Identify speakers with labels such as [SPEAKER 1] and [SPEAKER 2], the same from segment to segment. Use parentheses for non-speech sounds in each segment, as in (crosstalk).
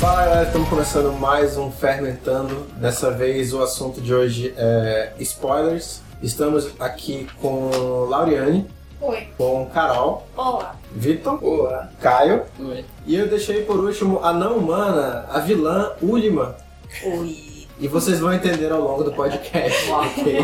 [SPEAKER 1] Fala galera, estamos começando mais um Fermentando. Dessa vez o assunto de hoje é spoilers. Estamos aqui com Lauriane,
[SPEAKER 2] Oi.
[SPEAKER 1] com Carol,
[SPEAKER 2] Olá.
[SPEAKER 1] Vitor,
[SPEAKER 3] Boa.
[SPEAKER 1] Caio
[SPEAKER 3] Oi.
[SPEAKER 1] e eu deixei por último a não humana, a vilã Ulima.
[SPEAKER 2] Oi.
[SPEAKER 1] E vocês vão entender ao longo do podcast. ok?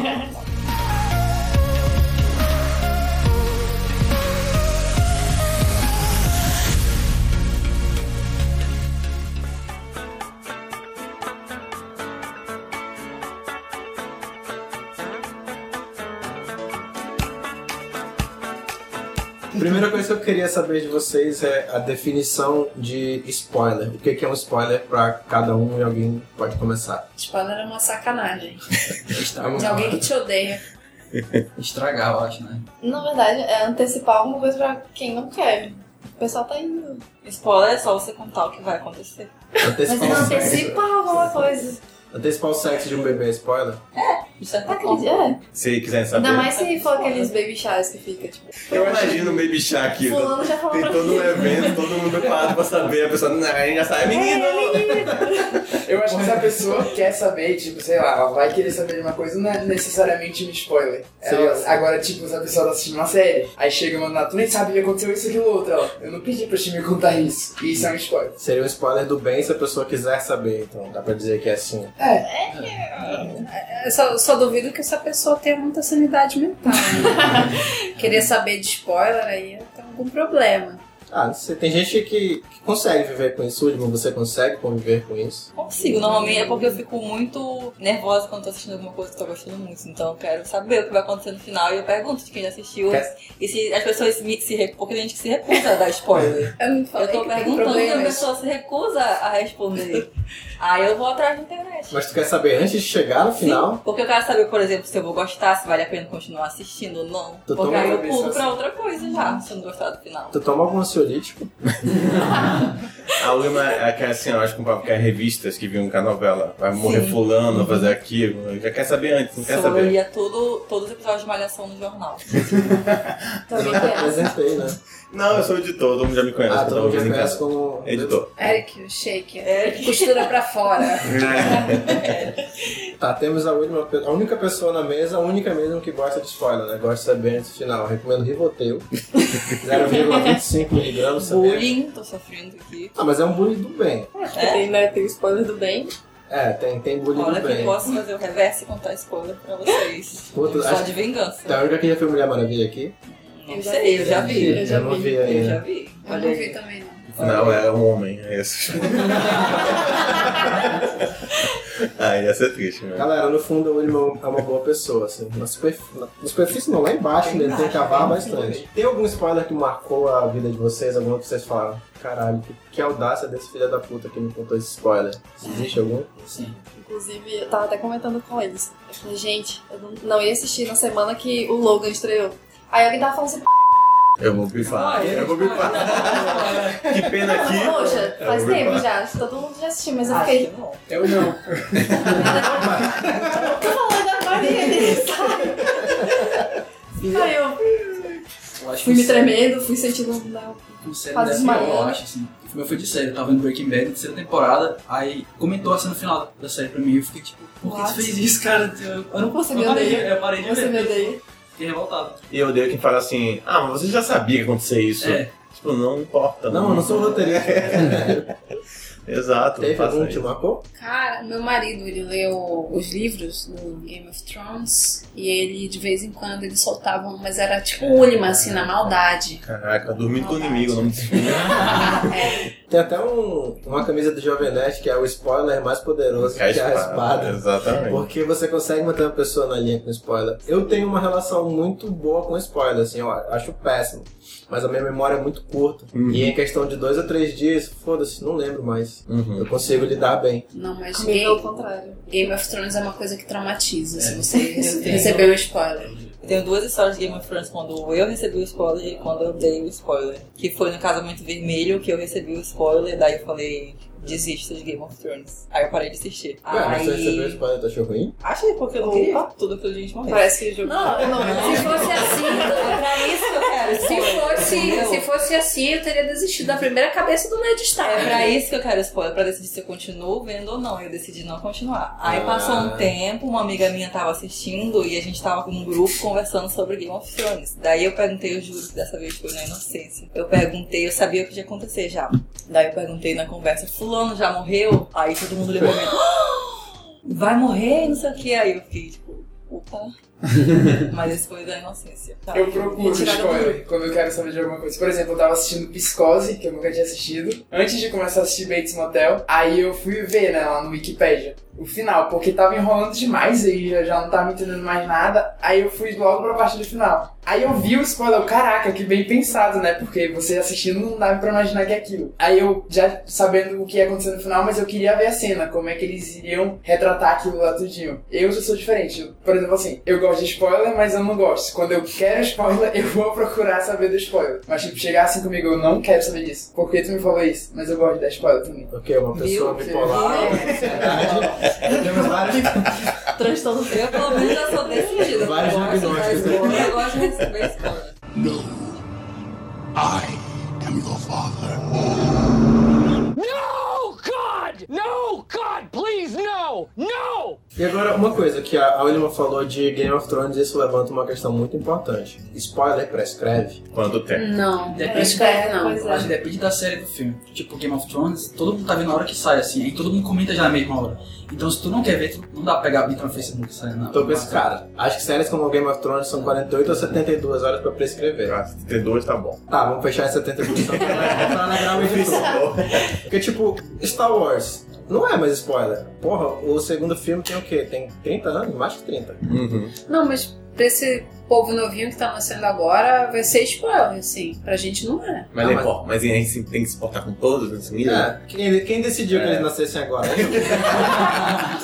[SPEAKER 1] Primeira coisa que eu queria saber de vocês é a definição de spoiler. O que que é um spoiler para cada um e alguém pode começar.
[SPEAKER 2] Spoiler é uma sacanagem. De
[SPEAKER 3] Estragar,
[SPEAKER 2] alguém que te odeia.
[SPEAKER 3] estragar, eu acho, né?
[SPEAKER 4] Na verdade, é antecipar alguma coisa pra quem não quer. O pessoal tá indo. Spoiler é só você contar o que vai acontecer.
[SPEAKER 2] Mas
[SPEAKER 4] é
[SPEAKER 1] Antecipar
[SPEAKER 2] não
[SPEAKER 1] o sexo.
[SPEAKER 2] antecipa alguma coisa.
[SPEAKER 1] Antecipar o sexo de um bebê é spoiler?
[SPEAKER 4] De certa forma. É.
[SPEAKER 5] Se quiserem saber.
[SPEAKER 2] Ainda
[SPEAKER 4] Mas
[SPEAKER 2] mais
[SPEAKER 4] se for aqueles baby showers que fica, tipo,
[SPEAKER 5] Eu imagino o Baby Shark. né?
[SPEAKER 4] fulano já falou
[SPEAKER 5] Tem
[SPEAKER 4] pra
[SPEAKER 5] todo
[SPEAKER 4] mim.
[SPEAKER 5] um evento, todo mundo preparado pra saber. A pessoa não é engraçada, é menino.
[SPEAKER 3] Eu acho que se a pessoa quer saber, tipo, sei lá, ela vai querer saber de uma coisa, não é necessariamente um spoiler. Ela-
[SPEAKER 1] Sim.
[SPEAKER 3] agora, tipo, se a pessoa tá assistindo uma série, aí chega uma na tu nem sabe que aconteceu isso aquilo outro. Ela, eu não pedi pra te me contar isso. E isso é um spoiler.
[SPEAKER 1] Seria um spoiler do bem se a pessoa quiser saber, então dá pra dizer que é assim.
[SPEAKER 3] É,
[SPEAKER 2] Eu só, só duvido que essa pessoa tenha muita sanidade mental.
[SPEAKER 4] (laughs)
[SPEAKER 2] né? Querer saber de spoiler aí tem algum problema.
[SPEAKER 1] Ah, não sei, tem gente que, que consegue viver com isso, Udman, você consegue conviver com isso?
[SPEAKER 6] Consigo, normalmente é porque eu fico muito nervosa quando tô assistindo alguma coisa que eu tô gostando muito. Então eu quero saber o que vai acontecer no final e eu pergunto de quem já assistiu.
[SPEAKER 1] Quer-
[SPEAKER 6] E se as pessoas me- se recusam, porque tem gente que se recusa a
[SPEAKER 2] (laughs)
[SPEAKER 6] dar spoiler.
[SPEAKER 2] Eu não
[SPEAKER 6] eu
[SPEAKER 2] falei
[SPEAKER 6] tô
[SPEAKER 2] é que tem
[SPEAKER 6] perguntando e a
[SPEAKER 2] problemas.
[SPEAKER 6] pessoa se recusa a responder. Aí eu vou atrás da internet.
[SPEAKER 1] Mas tu quer saber antes de chegar no final?
[SPEAKER 6] Porque eu quero saber, por exemplo, se eu vou gostar, se vale a pena continuar assistindo ou não.
[SPEAKER 1] Tu
[SPEAKER 6] Porque
[SPEAKER 1] toma
[SPEAKER 6] aí eu
[SPEAKER 3] uma
[SPEAKER 6] pulo
[SPEAKER 3] decisão.
[SPEAKER 6] pra outra coisa já, se eu não gostar do final.
[SPEAKER 1] Tu toma algum ansiolítico?
[SPEAKER 5] A Lima é aquela senhora que comprava aquelas revistas que viam com a novela. Vai morrer
[SPEAKER 6] Sim.
[SPEAKER 5] fulano, vai fazer aquilo. Já quer saber antes, não quer
[SPEAKER 6] Só eu
[SPEAKER 5] saber.
[SPEAKER 6] lia todo, todos os episódios de Malhação no jornal.
[SPEAKER 1] Eu
[SPEAKER 4] É.
[SPEAKER 1] não te apresentei, né?
[SPEAKER 5] Não, eu sou editor, todo mundo já me conhece.
[SPEAKER 1] Ah,
[SPEAKER 5] todo
[SPEAKER 1] todo mundo
[SPEAKER 5] mundo em
[SPEAKER 1] conhece
[SPEAKER 5] casa.
[SPEAKER 1] como...
[SPEAKER 5] Editor.
[SPEAKER 2] Eric, o shaker.
[SPEAKER 6] Eric.
[SPEAKER 2] Costura
[SPEAKER 4] (laughs)
[SPEAKER 2] pra fora.
[SPEAKER 1] Tá, temos a última, pe- a única pessoa na mesa, a única mesmo que gosta de spoiler, né? Gosta de saber antes do final. Recomendo Rivoteio.
[SPEAKER 6] (laughs)
[SPEAKER 1] 0,25mg, sabia?
[SPEAKER 6] Bullying, tô sofrendo aqui.
[SPEAKER 1] Ah, mas é um bullying do bem.
[SPEAKER 4] Tem, né, tem o spoiler do bem.
[SPEAKER 1] É, tem, tem bullying
[SPEAKER 6] Olha
[SPEAKER 1] do
[SPEAKER 6] que
[SPEAKER 1] bem.
[SPEAKER 6] eu posso fazer o reverso e contar spoiler pra vocês.
[SPEAKER 1] Puta,
[SPEAKER 6] só
[SPEAKER 1] acho-
[SPEAKER 6] de vingança.
[SPEAKER 1] Tá, a única que já foi Mulher Maravilha aqui.
[SPEAKER 6] Não sei, eu já vi.
[SPEAKER 4] Eu já
[SPEAKER 1] não
[SPEAKER 4] vi.
[SPEAKER 1] vi
[SPEAKER 6] Eu
[SPEAKER 1] ainda.
[SPEAKER 6] já vi.
[SPEAKER 2] Eu não vi também, não.
[SPEAKER 5] Não, é um homem,
[SPEAKER 1] (laughs)
[SPEAKER 5] é isso. ah, ia ser triste, né?
[SPEAKER 1] Galera, no fundo o William é uma boa pessoa, assim. Na, superf- na- na superfície não, lá embaixo dele tem que cavar
[SPEAKER 6] né?
[SPEAKER 1] bastante. Tem algum spoiler que marcou a vida de vocês? Algum que vocês falaram? Caralho, que, que audácia desse filho da puta que me contou esse spoiler. Existe algum?
[SPEAKER 3] sim.
[SPEAKER 4] Inclusive, eu tava até comentando com eles. Eu falei, gente, eu não- não ia assistir na semana que o Logan estreou. Aí alguém tava falando assim,
[SPEAKER 5] Eu vou
[SPEAKER 3] Ah,
[SPEAKER 7] Ah,
[SPEAKER 5] bifar.
[SPEAKER 3] é?
[SPEAKER 7] é?
[SPEAKER 6] Olha,
[SPEAKER 5] Eu vou bifar. Que pena aqui. É,
[SPEAKER 4] poxa,
[SPEAKER 5] Eu
[SPEAKER 4] faz
[SPEAKER 5] vou
[SPEAKER 4] tempo já,
[SPEAKER 5] bifar.
[SPEAKER 4] todo mundo já assistiu, mas eu
[SPEAKER 6] Acho
[SPEAKER 4] fiquei.
[SPEAKER 6] que não.
[SPEAKER 3] Eu não.
[SPEAKER 4] Tô falando agora e ele sabe. Aí eu
[SPEAKER 3] Eu acho é
[SPEAKER 4] fui me tremendo, fui sentindo. um Não.
[SPEAKER 3] com série
[SPEAKER 4] Quase
[SPEAKER 3] dessa
[SPEAKER 4] desmaiando.
[SPEAKER 3] eu acho, assim. O filme foi de série, eu tava vendo Breaking Bad, terceira temporada, aí comentou assim no final da série pra mim, eu fiquei tipo, por que tu
[SPEAKER 4] What?
[SPEAKER 3] fez isso, cara? Eu, eu não
[SPEAKER 4] Você
[SPEAKER 3] eu
[SPEAKER 4] me
[SPEAKER 3] parei,
[SPEAKER 4] odeia.
[SPEAKER 3] Eu parei de
[SPEAKER 7] é
[SPEAKER 4] Você
[SPEAKER 3] ver,
[SPEAKER 4] me odeia.
[SPEAKER 3] fiquei revoltado.
[SPEAKER 5] E eu odeio quem fala assim, ah, mas você já sabia que acontecia isso.
[SPEAKER 3] É,
[SPEAKER 5] Tipo, não importa.
[SPEAKER 1] Não, eu não sou roteirista.
[SPEAKER 5] (laughs) Exato. não
[SPEAKER 1] Teve
[SPEAKER 5] faça
[SPEAKER 1] algum que te
[SPEAKER 5] isso.
[SPEAKER 1] marcou?
[SPEAKER 2] Cara, meu marido, ele leu os livros do Game of Thrones e ele, de vez em quando, ele soltava, um- mas era tipo última, assim, na maldade.
[SPEAKER 5] Caraca, dormindo com o inimigo, o nome desse filme.
[SPEAKER 1] Tem até um- uma camisa do Jovem Nerd que é o spoiler mais poderoso, que é a espada.
[SPEAKER 5] Exatamente.
[SPEAKER 1] Porque você consegue manter uma pessoa na linha com spoiler. Eu tenho uma relação muito boa com spoiler, assim, eu acho péssimo. Mas a minha memória é muito curta.
[SPEAKER 5] Uhum.
[SPEAKER 1] E em questão de dois a três dias, foda-se, não lembro mais.
[SPEAKER 5] Uhum.
[SPEAKER 1] Eu consigo lidar bem.
[SPEAKER 2] Não, mas
[SPEAKER 4] Comigo é o
[SPEAKER 2] Game,
[SPEAKER 4] contrário.
[SPEAKER 2] Game of Thrones é uma coisa que traumatiza, se
[SPEAKER 4] (laughs)
[SPEAKER 2] você
[SPEAKER 6] Eu tenho.
[SPEAKER 2] recebeu o spoiler.
[SPEAKER 6] Eu tenho duas histórias de Game of Thrones quando eu recebi o spoiler e quando eu dei o spoiler. Que foi no Casamento Vermelho que eu recebi o spoiler, daí eu falei, desisto de Game of Thrones. Aí eu parei de assistir.
[SPEAKER 1] Ué, mas você recebeu
[SPEAKER 6] Aí.
[SPEAKER 1] spoiler, tu achou ruim?
[SPEAKER 6] Achei, porque eu não
[SPEAKER 4] Opa.
[SPEAKER 6] queria tudo aquilo de gente morrer.
[SPEAKER 4] Parece que o jogo.
[SPEAKER 2] Não, se fosse assim,
[SPEAKER 6] É pra isso que eu quero.
[SPEAKER 2] se
[SPEAKER 6] spoiler,
[SPEAKER 2] fosse,
[SPEAKER 6] entendeu?
[SPEAKER 2] se fosse assim, eu teria desistido da primeira cabeça do Ned Stark.
[SPEAKER 6] É pra isso que eu quero spoiler, pra decidir se eu continuo vendo ou não. Eu decidi não continuar. Aí
[SPEAKER 1] Ah.
[SPEAKER 6] passou um tempo, uma amiga minha tava assistindo e a gente tava com um grupo conversando sobre Game of Thrones. Daí eu perguntei, eu juro que dessa vez foi na inocência. Eu perguntei, eu sabia o que ia acontecer já. Daí eu perguntei na conversa, fulano já morreu? Aí todo mundo levou medo. (gasps) Vai morrer, não sei o que. Aí eu fiquei tipo, opa. Mas esse foi da inocência. Tá.
[SPEAKER 3] Eu procuro
[SPEAKER 4] Retirada do
[SPEAKER 3] spoiler quando eu quero saber de alguma coisa. Por exemplo, eu tava assistindo Psicose, que eu nunca tinha assistido, antes de começar a assistir Bates Motel. Aí eu fui ver, né, lá no Wikipedia, o final, porque tava enrolando demais aí, já, já não tava entendendo mais nada. Aí eu fui logo pra parte do final. Aí eu vi o spoiler, eu, caraca, que bem pensado, né? Porque você assistindo não dava pra imaginar que é aquilo. Aí eu, já sabendo o que ia acontecer no final, mas eu queria ver a cena, como é que eles iriam retratar aquilo lá tudinho. Eu já sou diferente. Eu, Por exemplo, assim, eu gosto de spoiler, mas eu não gosto. Quando eu quero spoiler, (laughs) eu vou procurar saber do spoiler. Mas, tipo, chegar assim comigo, eu não quero saber disso. Por que tu me falou isso? Mas eu gosto de dar
[SPEAKER 1] (laughs)
[SPEAKER 3] spoiler também.
[SPEAKER 1] Porque uma pessoa
[SPEAKER 6] Viu? (laughs)
[SPEAKER 1] bipolar. É, Temos vários.
[SPEAKER 4] transtorno.
[SPEAKER 6] Eu pelo menos já sou decidida.
[SPEAKER 1] Vários
[SPEAKER 6] eu gosto,
[SPEAKER 1] diagnósticos.
[SPEAKER 5] né?
[SPEAKER 6] mas eu gosto de receber spoiler.
[SPEAKER 5] (laughs)
[SPEAKER 8] No. I am your father.
[SPEAKER 9] No, God! No, God, please, no! No!
[SPEAKER 1] E agora, uma coisa que a a Wilma falou de Game of Thrones, isso levanta uma questão muito importante. Spoiler prescreve?
[SPEAKER 5] Quanto tempo?
[SPEAKER 2] Não,
[SPEAKER 7] Depende.
[SPEAKER 2] não
[SPEAKER 6] é,
[SPEAKER 2] escreve não.
[SPEAKER 4] Pois
[SPEAKER 7] Eu Acho que
[SPEAKER 4] é.
[SPEAKER 7] depende da série do filme. Tipo, Game of Thrones, todo mundo tá vendo na hora que sai, assim, aí todo mundo comenta já na mesma hora. Então, se tu não quer ver, tu não dá pra pegar a bita no Facebook e sair na.
[SPEAKER 1] Tô com esse cara. Acho que séries como Game of Thrones são 48 ou 72 horas pra prescrever.
[SPEAKER 5] Ah, 72
[SPEAKER 1] (laughs)
[SPEAKER 5] tá bom.
[SPEAKER 1] Tá, (laughs) vamos fechar em 72 então pra pra alegrar o editor. Porque, tipo, Star Wars. Não é mais spoiler. Porra, o segundo filme tem o quê? Tem 30 anos? Mais que 30.
[SPEAKER 5] Uhum.
[SPEAKER 2] Não, mas pra esse povo novinho que tá nascendo agora, vai ser spoiler, assim. Pra gente não é.
[SPEAKER 5] Mas,
[SPEAKER 1] Ah,
[SPEAKER 5] é
[SPEAKER 1] mas-
[SPEAKER 5] pô, mas a gente tem que se portar com todos nesse nível?
[SPEAKER 1] É, quem, quem decidiu que
[SPEAKER 5] É.
[SPEAKER 1] eles nascessem agora?
[SPEAKER 5] (laughs)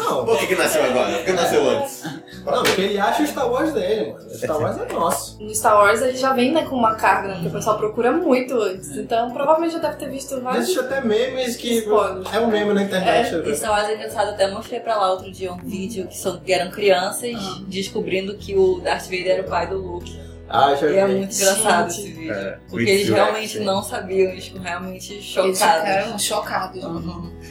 [SPEAKER 1] não,
[SPEAKER 5] Por que, que nasceu agora? Por que nasceu antes?
[SPEAKER 1] não, porque ele acha o Star Wars dele, mano. O Star Wars é nosso.
[SPEAKER 4] No Star Wars ele já vem né, com uma carga, né, que o pessoal procura muito antes. Então provavelmente já deve ter visto vários.
[SPEAKER 1] Existe até memes que.
[SPEAKER 4] Spoilers.
[SPEAKER 1] É um meme na internet. né?
[SPEAKER 6] Isso é eu acho engraçado, até mostrei pra lá outro dia um vídeo que, são, que eram crianças
[SPEAKER 2] Ah.
[SPEAKER 6] descobrindo que o Darth Vader era o pai do Luke.
[SPEAKER 1] Ah, já
[SPEAKER 6] E é
[SPEAKER 1] vi.
[SPEAKER 6] muito engraçado
[SPEAKER 4] Gente.
[SPEAKER 6] esse vídeo.
[SPEAKER 5] É,
[SPEAKER 6] Porque eles
[SPEAKER 5] Quicksilver.
[SPEAKER 6] realmente não sabiam, eles ficam realmente
[SPEAKER 2] Eles
[SPEAKER 6] chocados. Uhum.
[SPEAKER 2] ficaram chocados.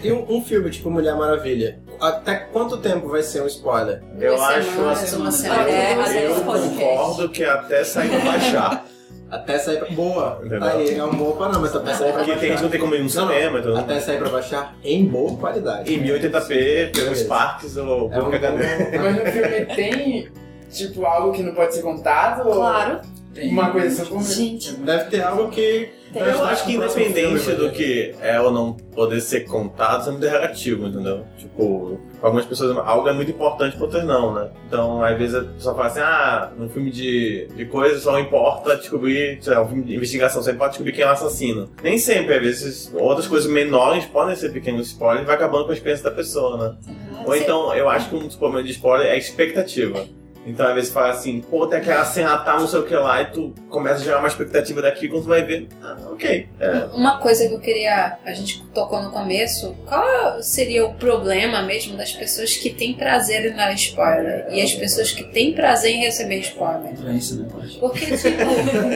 [SPEAKER 1] E um, um filme tipo Mulher Maravilha. Até quanto tempo vai ser um spoiler?
[SPEAKER 5] Eu
[SPEAKER 2] Duas
[SPEAKER 5] acho
[SPEAKER 2] semanas,
[SPEAKER 5] assim.
[SPEAKER 2] uma semana.
[SPEAKER 6] É,
[SPEAKER 4] Eu
[SPEAKER 6] até
[SPEAKER 5] Eu
[SPEAKER 6] esse podcast.
[SPEAKER 5] concordo que até sair pra baixar.
[SPEAKER 1] (laughs) Até sair pra. Boa!
[SPEAKER 5] Entendeu?
[SPEAKER 1] Tá aí, é um bom panorama, mas até sair pra
[SPEAKER 5] Porque tem, a gente
[SPEAKER 1] baixar.
[SPEAKER 5] não tem como ir no cinema e tudo.
[SPEAKER 1] Até sair pra baixar em boa qualidade.
[SPEAKER 5] Em 1080p, pelos
[SPEAKER 1] Beleza.
[SPEAKER 5] parques um ou
[SPEAKER 1] É um
[SPEAKER 5] qualquer HD.
[SPEAKER 1] bom.
[SPEAKER 3] Mas no filme tem, tipo, algo que não pode ser contado? ou
[SPEAKER 4] Claro.
[SPEAKER 7] Tem-
[SPEAKER 3] Uma coisa só como...
[SPEAKER 4] Gente,
[SPEAKER 1] (laughs) Deve ter algo que.
[SPEAKER 4] tem.
[SPEAKER 5] Eu um acho que
[SPEAKER 1] O próximo
[SPEAKER 5] independente
[SPEAKER 1] filme,
[SPEAKER 5] do
[SPEAKER 1] né?
[SPEAKER 5] que é ou não poder ser contado, isso é muito relativo, entendeu? Tipo, algumas pessoas, algo é muito importante pra outras não, né? Então, às vezes, a pessoa fala assim, ah, num filme de, de coisa só importa descobrir, sei lá, um filme de investigação só importa descobrir quem é o assassino. Nem sempre, às vezes, outras coisas menores podem ser pequenos spoilers e vai acabando com a experiência da pessoa, né? Ou então, eu acho que um dos problemas de spoiler é a expectativa. Então, às vezes, fala assim, pô, tem aquela cena tal, não sei o que lá, e tu começa a gerar uma expectativa daqui, quando tu vai ver, ah, ok. É.
[SPEAKER 2] Uma coisa que eu queria. A gente tocou no começo. Qual seria o problema mesmo das pessoas que têm prazer em dar spoiler? E as pessoas que têm prazer em receber spoiler?
[SPEAKER 7] Doença, né, parte?
[SPEAKER 2] Porque, tipo,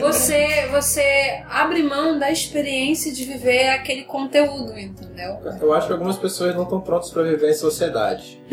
[SPEAKER 1] (laughs)
[SPEAKER 2] você, você abre mão da experiência de viver aquele conteúdo, entendeu?
[SPEAKER 1] Eu acho que algumas pessoas não estão prontas pra viver em sociedade.
[SPEAKER 5] (laughs)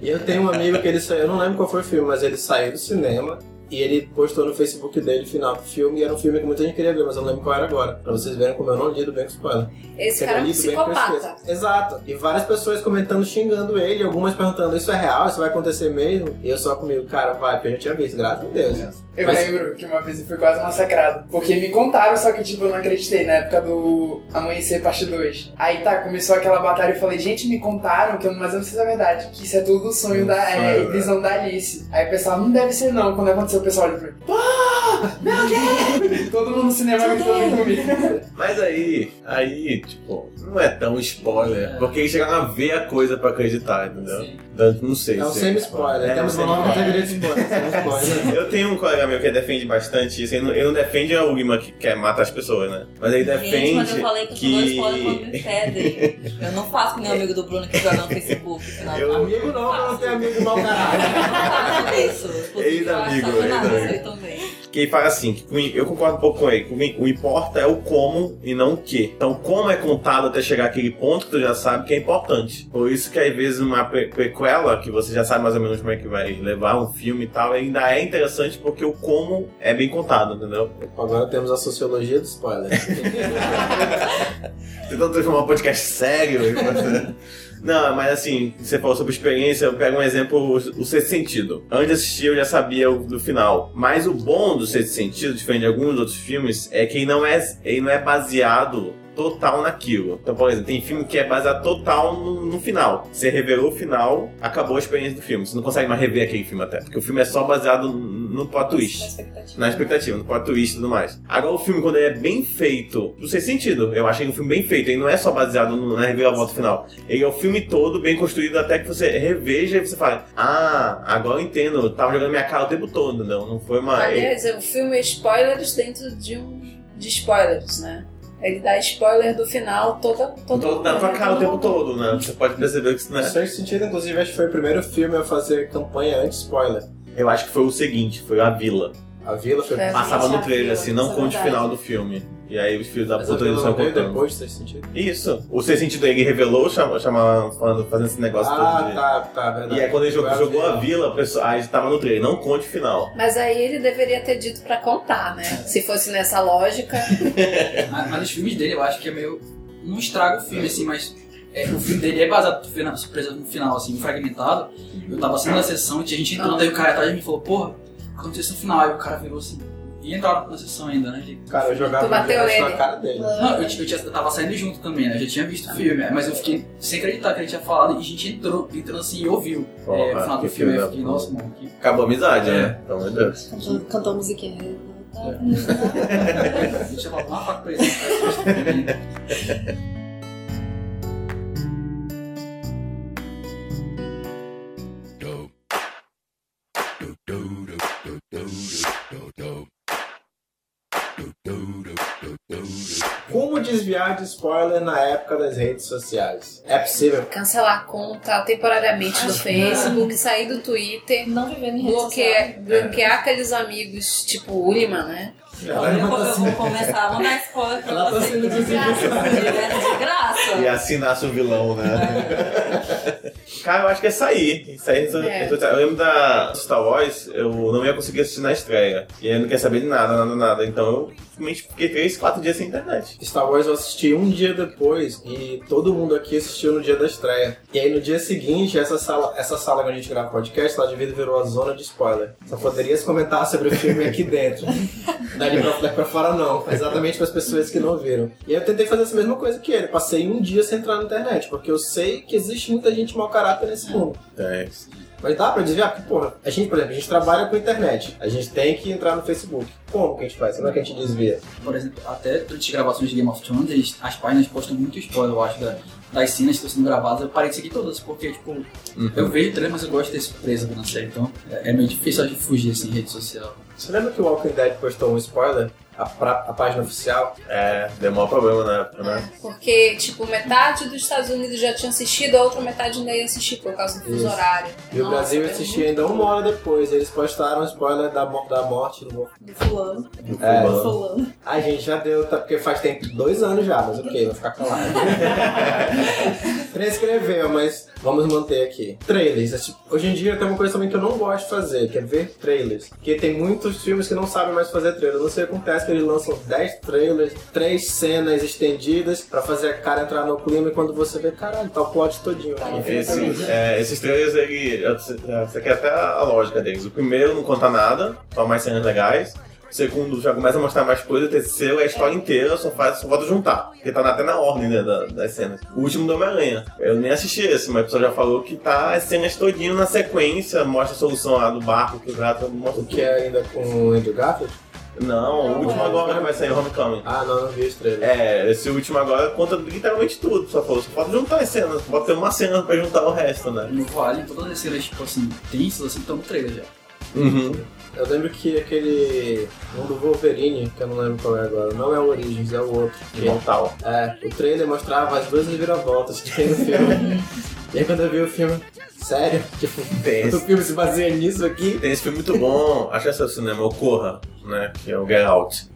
[SPEAKER 1] e eu tenho um amigo que ele saiu, eu não lembro qual foi o filme, mas ele saiu do cinema e ele postou no Facebook dele o final do filme e era um filme que muita gente queria ver, mas eu não lembro qual era agora. Pra vocês verem como eu não lido bem com spoiler.
[SPEAKER 2] Esse
[SPEAKER 1] Seria
[SPEAKER 2] cara é um
[SPEAKER 1] lido bem com
[SPEAKER 2] psicopata.
[SPEAKER 1] esse- Exato. E várias pessoas comentando, xingando ele, algumas perguntando, isso é real, isso vai acontecer mesmo? E eu só comigo, cara, vai, porque eu já tinha visto, graças a Deus.
[SPEAKER 3] É. Eu
[SPEAKER 1] Mas-
[SPEAKER 3] lembro que uma vez eu fui quase massacrado. Porque me contaram, só que tipo, eu não acreditei na época do Amanhecer Parte 2. Aí tá, começou aquela batalha e eu falei, gente, me contaram, que eu, mas eu não sei se é verdade, que isso é tudo sonho da é,
[SPEAKER 5] Sonho, né?
[SPEAKER 3] visão da Alice. Aí o pessoal, não deve ser não. Quando aconteceu, o pessoal olha pra mim, pá! (laughs) Todo mundo no cinema gritando comigo.
[SPEAKER 5] Mas aí, aí, tipo, não é tão spoiler, porque eles chegaram a ver a coisa pra acreditar, entendeu? Então, não sei
[SPEAKER 1] É um
[SPEAKER 5] se
[SPEAKER 1] semi-spoiler.
[SPEAKER 5] É
[SPEAKER 1] Temos
[SPEAKER 5] um
[SPEAKER 1] uma nova
[SPEAKER 5] semi-spoiler.
[SPEAKER 1] categoria de spoiler.
[SPEAKER 5] (laughs)
[SPEAKER 1] semi-spoiler.
[SPEAKER 5] Eu tenho um colega meu que defende bastante isso. Ele não, ele não defende a Ugma que quer matar as pessoas, né? Mas ele
[SPEAKER 6] Gente,
[SPEAKER 5] defende
[SPEAKER 6] mas eu falei que, eu não dou spoiler quando me
[SPEAKER 5] que. (laughs)
[SPEAKER 6] pedem. Eu não faço que nem o amigo do Bruno que joga no Facebook. Não.
[SPEAKER 5] Eu-
[SPEAKER 1] Amigo não, pra não ter amigo mau caralho.
[SPEAKER 6] faço isso. Inclusive,
[SPEAKER 5] Ex-amigo,
[SPEAKER 6] eu acho sacanagem,
[SPEAKER 5] ex-amigo.
[SPEAKER 6] eu também.
[SPEAKER 5] Que ele fala assim, que o im- eu concordo um pouco com ele, que o im- o importa é o como e não o que. Então, como é contado até chegar àquele ponto que tu já sabe que é importante. Por isso que às vezes uma pre- prequela, que você já sabe mais ou menos como é que vai levar um filme e tal, ainda é interessante porque o como é bem contado, entendeu?
[SPEAKER 1] Agora temos a sociologia do spoiler.
[SPEAKER 5] Tentando transformar um podcast sério. em você. Não, mas assim, você falou sobre experiência, eu pego um exemplo, o Sexto Sentido. Antes de assistir, eu já sabia o- do final. Mas o bom do Sexto Sentido, diferente de alguns outros filmes, é que ele não é, ele não é baseado total naquilo. Então, por exemplo, tem filme que é baseado total no, no final. Você revelou o final, acabou a experiência do filme. Você não consegue mais rever aquele filme até, porque o filme é só baseado no, no plot twist na expectativa, no plot twist e tudo mais. Agora o filme, quando ele é bem feito, não sei sentido, eu achei um filme bem feito, ele não é só baseado no- na reviravolta final. Ele é o filme todo bem construído até que você reveja e você fala, ah, agora eu entendo, eu tava jogando minha cara o tempo todo, não, não foi uma...
[SPEAKER 2] Aliás, o filme é spoilers dentro de um. de spoilers, né? Ele dá spoiler do final toda. toda
[SPEAKER 5] Todo na tua cara o tempo todo, né? Você pode perceber que isso não
[SPEAKER 1] No
[SPEAKER 5] é.
[SPEAKER 1] certo sentido, inclusive, acho que foi o primeiro filme a fazer campanha anti-spoiler.
[SPEAKER 5] Eu acho que foi o seguinte, foi a vila.
[SPEAKER 1] A Vila foi...
[SPEAKER 2] É.
[SPEAKER 5] Passava no
[SPEAKER 2] a
[SPEAKER 5] trailer,
[SPEAKER 2] vila,
[SPEAKER 5] assim, não
[SPEAKER 2] isso é
[SPEAKER 5] conte o
[SPEAKER 2] verdade.
[SPEAKER 5] final do filme. E aí os filhos da
[SPEAKER 1] Mas a
[SPEAKER 5] puta
[SPEAKER 1] Vila
[SPEAKER 5] eles estão
[SPEAKER 1] não veio
[SPEAKER 5] contando.
[SPEAKER 1] depois do Sexto Sentido?
[SPEAKER 5] Isso. O Sexto Sentido ele revelou, chama, chama, falando- fazendo esse negócio todo
[SPEAKER 1] Ah,
[SPEAKER 5] de-
[SPEAKER 1] tá, tá, verdade.
[SPEAKER 5] E aí quando ele jogou,
[SPEAKER 1] Foi
[SPEAKER 5] jogou a vila, a pessoa, aí tava no trailer, não conte o final.
[SPEAKER 2] Mas aí ele deveria ter dito pra contar, né? Se fosse nessa lógica.
[SPEAKER 7] Mas, mas os filmes dele eu acho que é meio. Não estraga o filme, assim, mas é, o filme dele é baseado no final, surpresa no final, assim, fragmentado. Eu tava saindo da sessão e tinha gente entrando, aí o cara atrás de mim falou, porra, aconteceu isso no final. Aí o cara virou assim. E entraram na sessão ainda, né? de-
[SPEAKER 1] Cara, eu jogava
[SPEAKER 2] Tu bateu
[SPEAKER 1] a vila
[SPEAKER 2] ele.
[SPEAKER 1] na cara dele.
[SPEAKER 7] Não, eu, ti- eu, tinha- eu tava saindo junto também, né? Eu já tinha visto o filme, mas eu fiquei sem acreditar que ele tinha falado e a gente entrou, entrando assim e ouviu
[SPEAKER 5] Porra,
[SPEAKER 7] é, o final
[SPEAKER 5] que
[SPEAKER 7] do filme.
[SPEAKER 5] filme
[SPEAKER 7] Aí
[SPEAKER 5] da
[SPEAKER 7] eu fiquei,
[SPEAKER 5] porra.
[SPEAKER 7] nossa, mano, que.
[SPEAKER 5] Acabou a amizade,
[SPEAKER 7] É.
[SPEAKER 5] né? Pelo amor de Deus.
[SPEAKER 4] Cantou, cantou musiquinha.
[SPEAKER 7] A gente ia falar uma faca pra ele.
[SPEAKER 5] (laughs)
[SPEAKER 7] né?
[SPEAKER 8] do do do do do do do do do do do do do
[SPEAKER 1] Como desviar de spoiler na época das redes sociais? É possível?
[SPEAKER 2] Cancelar a conta temporariamente do Facebook, sair do Twitter,
[SPEAKER 4] Não vivendo em rede
[SPEAKER 1] É.
[SPEAKER 4] social.
[SPEAKER 2] bloquear, bloquear aqueles amigos tipo Uliman, né?
[SPEAKER 1] Ela
[SPEAKER 6] eu, vou,
[SPEAKER 1] tá
[SPEAKER 6] eu
[SPEAKER 1] sendo-
[SPEAKER 6] vou começar a mandar spoiler pra
[SPEAKER 1] Ela tá
[SPEAKER 6] você.
[SPEAKER 1] sendo
[SPEAKER 6] de graça. né? De graça.
[SPEAKER 5] E assim nasce o vilão, né? (laughs) Cara, eu acho que é sair. sair do-
[SPEAKER 2] É.
[SPEAKER 5] do- Eu lembro da Star Wars, eu não ia conseguir assistir na estreia. E eu não queria saber de nada, nada, nada. Então eu simplesmente fiquei 3, 4 dias sem internet.
[SPEAKER 1] Star Wars eu assisti um dia depois e todo mundo aqui assistiu no dia da estreia. E aí no dia seguinte, essa sala, essa sala que a gente grava podcast, lá de vida virou a zona de spoiler. Só poderia se comentar sobre o filme aqui dentro. Dali pra, daqui pra fora não, exatamente para as pessoas que não viram. E aí eu tentei fazer essa mesma coisa que ele, passei um dia sem entrar na internet, porque eu sei que existe muita gente mau caráter nesse mundo.
[SPEAKER 5] É.
[SPEAKER 1] Mas dá pra desviar? Porque, porra, a gente, por exemplo, a gente trabalha com internet, a gente tem que entrar no Facebook. Como que a gente faz? Como é que a gente desvia?
[SPEAKER 7] Por exemplo, até durante as gravações de Game of Thrones, eles- as páginas postam muito spoiler, eu acho, da- das cenas que estão sendo gravadas. Eu parei de seguir todas, porque, tipo, eu vejo o trailer, mas eu gosto de ter surpresa na série. Então, é, é meio difícil de fugir, assim, em rede social.
[SPEAKER 1] Você lembra que o Walking Dead postou um spoiler? A, pra- a página oficial?
[SPEAKER 5] É, deu maior problema na época, né?
[SPEAKER 2] Porque, tipo, metade dos Estados Unidos já tinha assistido, a outra metade ainda ia assistir por causa do fuso
[SPEAKER 1] Isso.
[SPEAKER 2] horário.
[SPEAKER 1] E o
[SPEAKER 2] Nossa,
[SPEAKER 1] Brasil
[SPEAKER 2] era
[SPEAKER 1] assistiu ainda uma hora depois. Eles postaram um spoiler da, mo- da morte do Wolf.
[SPEAKER 4] Do fulano,
[SPEAKER 5] É.
[SPEAKER 4] do fulano.
[SPEAKER 1] Ai, gente, já deu, tá, porque faz tempo, dois anos já, mas ok, vou ficar
[SPEAKER 5] (laughs)
[SPEAKER 1] calado. Transcreveu, mas vamos manter aqui. Trailers. assim, Hoje em dia tem uma coisa também que eu não gosto de fazer, que é ver trailers. Porque tem muitos filmes que não sabem mais fazer trailer. Eu Não sei o que acontece que eles lançam 10 trailers, 3 cenas estendidas pra fazer a cara entrar no clima e quando você vê, caralho, tá o plot todinho.
[SPEAKER 5] Esse, é, esses trailers aí, você quer até a lógica deles. O primeiro não conta nada, só mais cenas legais. O segundo já começa a mostrar mais coisa. O terceiro é a história inteira, só faz, só bota juntar. Porque tá na- até na ordem né, da- das cenas. O último do Homem-Aranha. Eu nem assisti esse, mas o pessoal já falou que tá as cenas todinho na sequência. Mostra a solução lá do barco que trata, mostra
[SPEAKER 1] O que é ainda com o Andrew Garfield?
[SPEAKER 5] Não,
[SPEAKER 4] Não,
[SPEAKER 5] o último
[SPEAKER 4] é.
[SPEAKER 5] agora que vai sair, Homecoming.
[SPEAKER 1] Ah, não, não vi os trailers.
[SPEAKER 5] É, esse último agora conta literalmente tudo, só falou, só falta juntar as cenas, bota ter uma cena pra juntar o resto, né?
[SPEAKER 7] No Vale, todas as cenas, tipo assim, tensas, assim, estão no trailer já.
[SPEAKER 5] Uhum.
[SPEAKER 1] Eu lembro que aquele. Um do Wolverine, que eu não lembro qual é agora, não é o Origins, é o outro. Que,
[SPEAKER 5] Imortal.
[SPEAKER 1] é, o trailer mostrava as duas reviravoltas que tem no filme. e aí quando eu vi o filme, sério? Tipo,
[SPEAKER 5] Tem
[SPEAKER 1] o
[SPEAKER 5] esse,
[SPEAKER 1] filme se baseia nisso aqui?
[SPEAKER 5] tem esse filme muito bom, acho que esse é o cinema, o Corra, né? Que é o Get Out.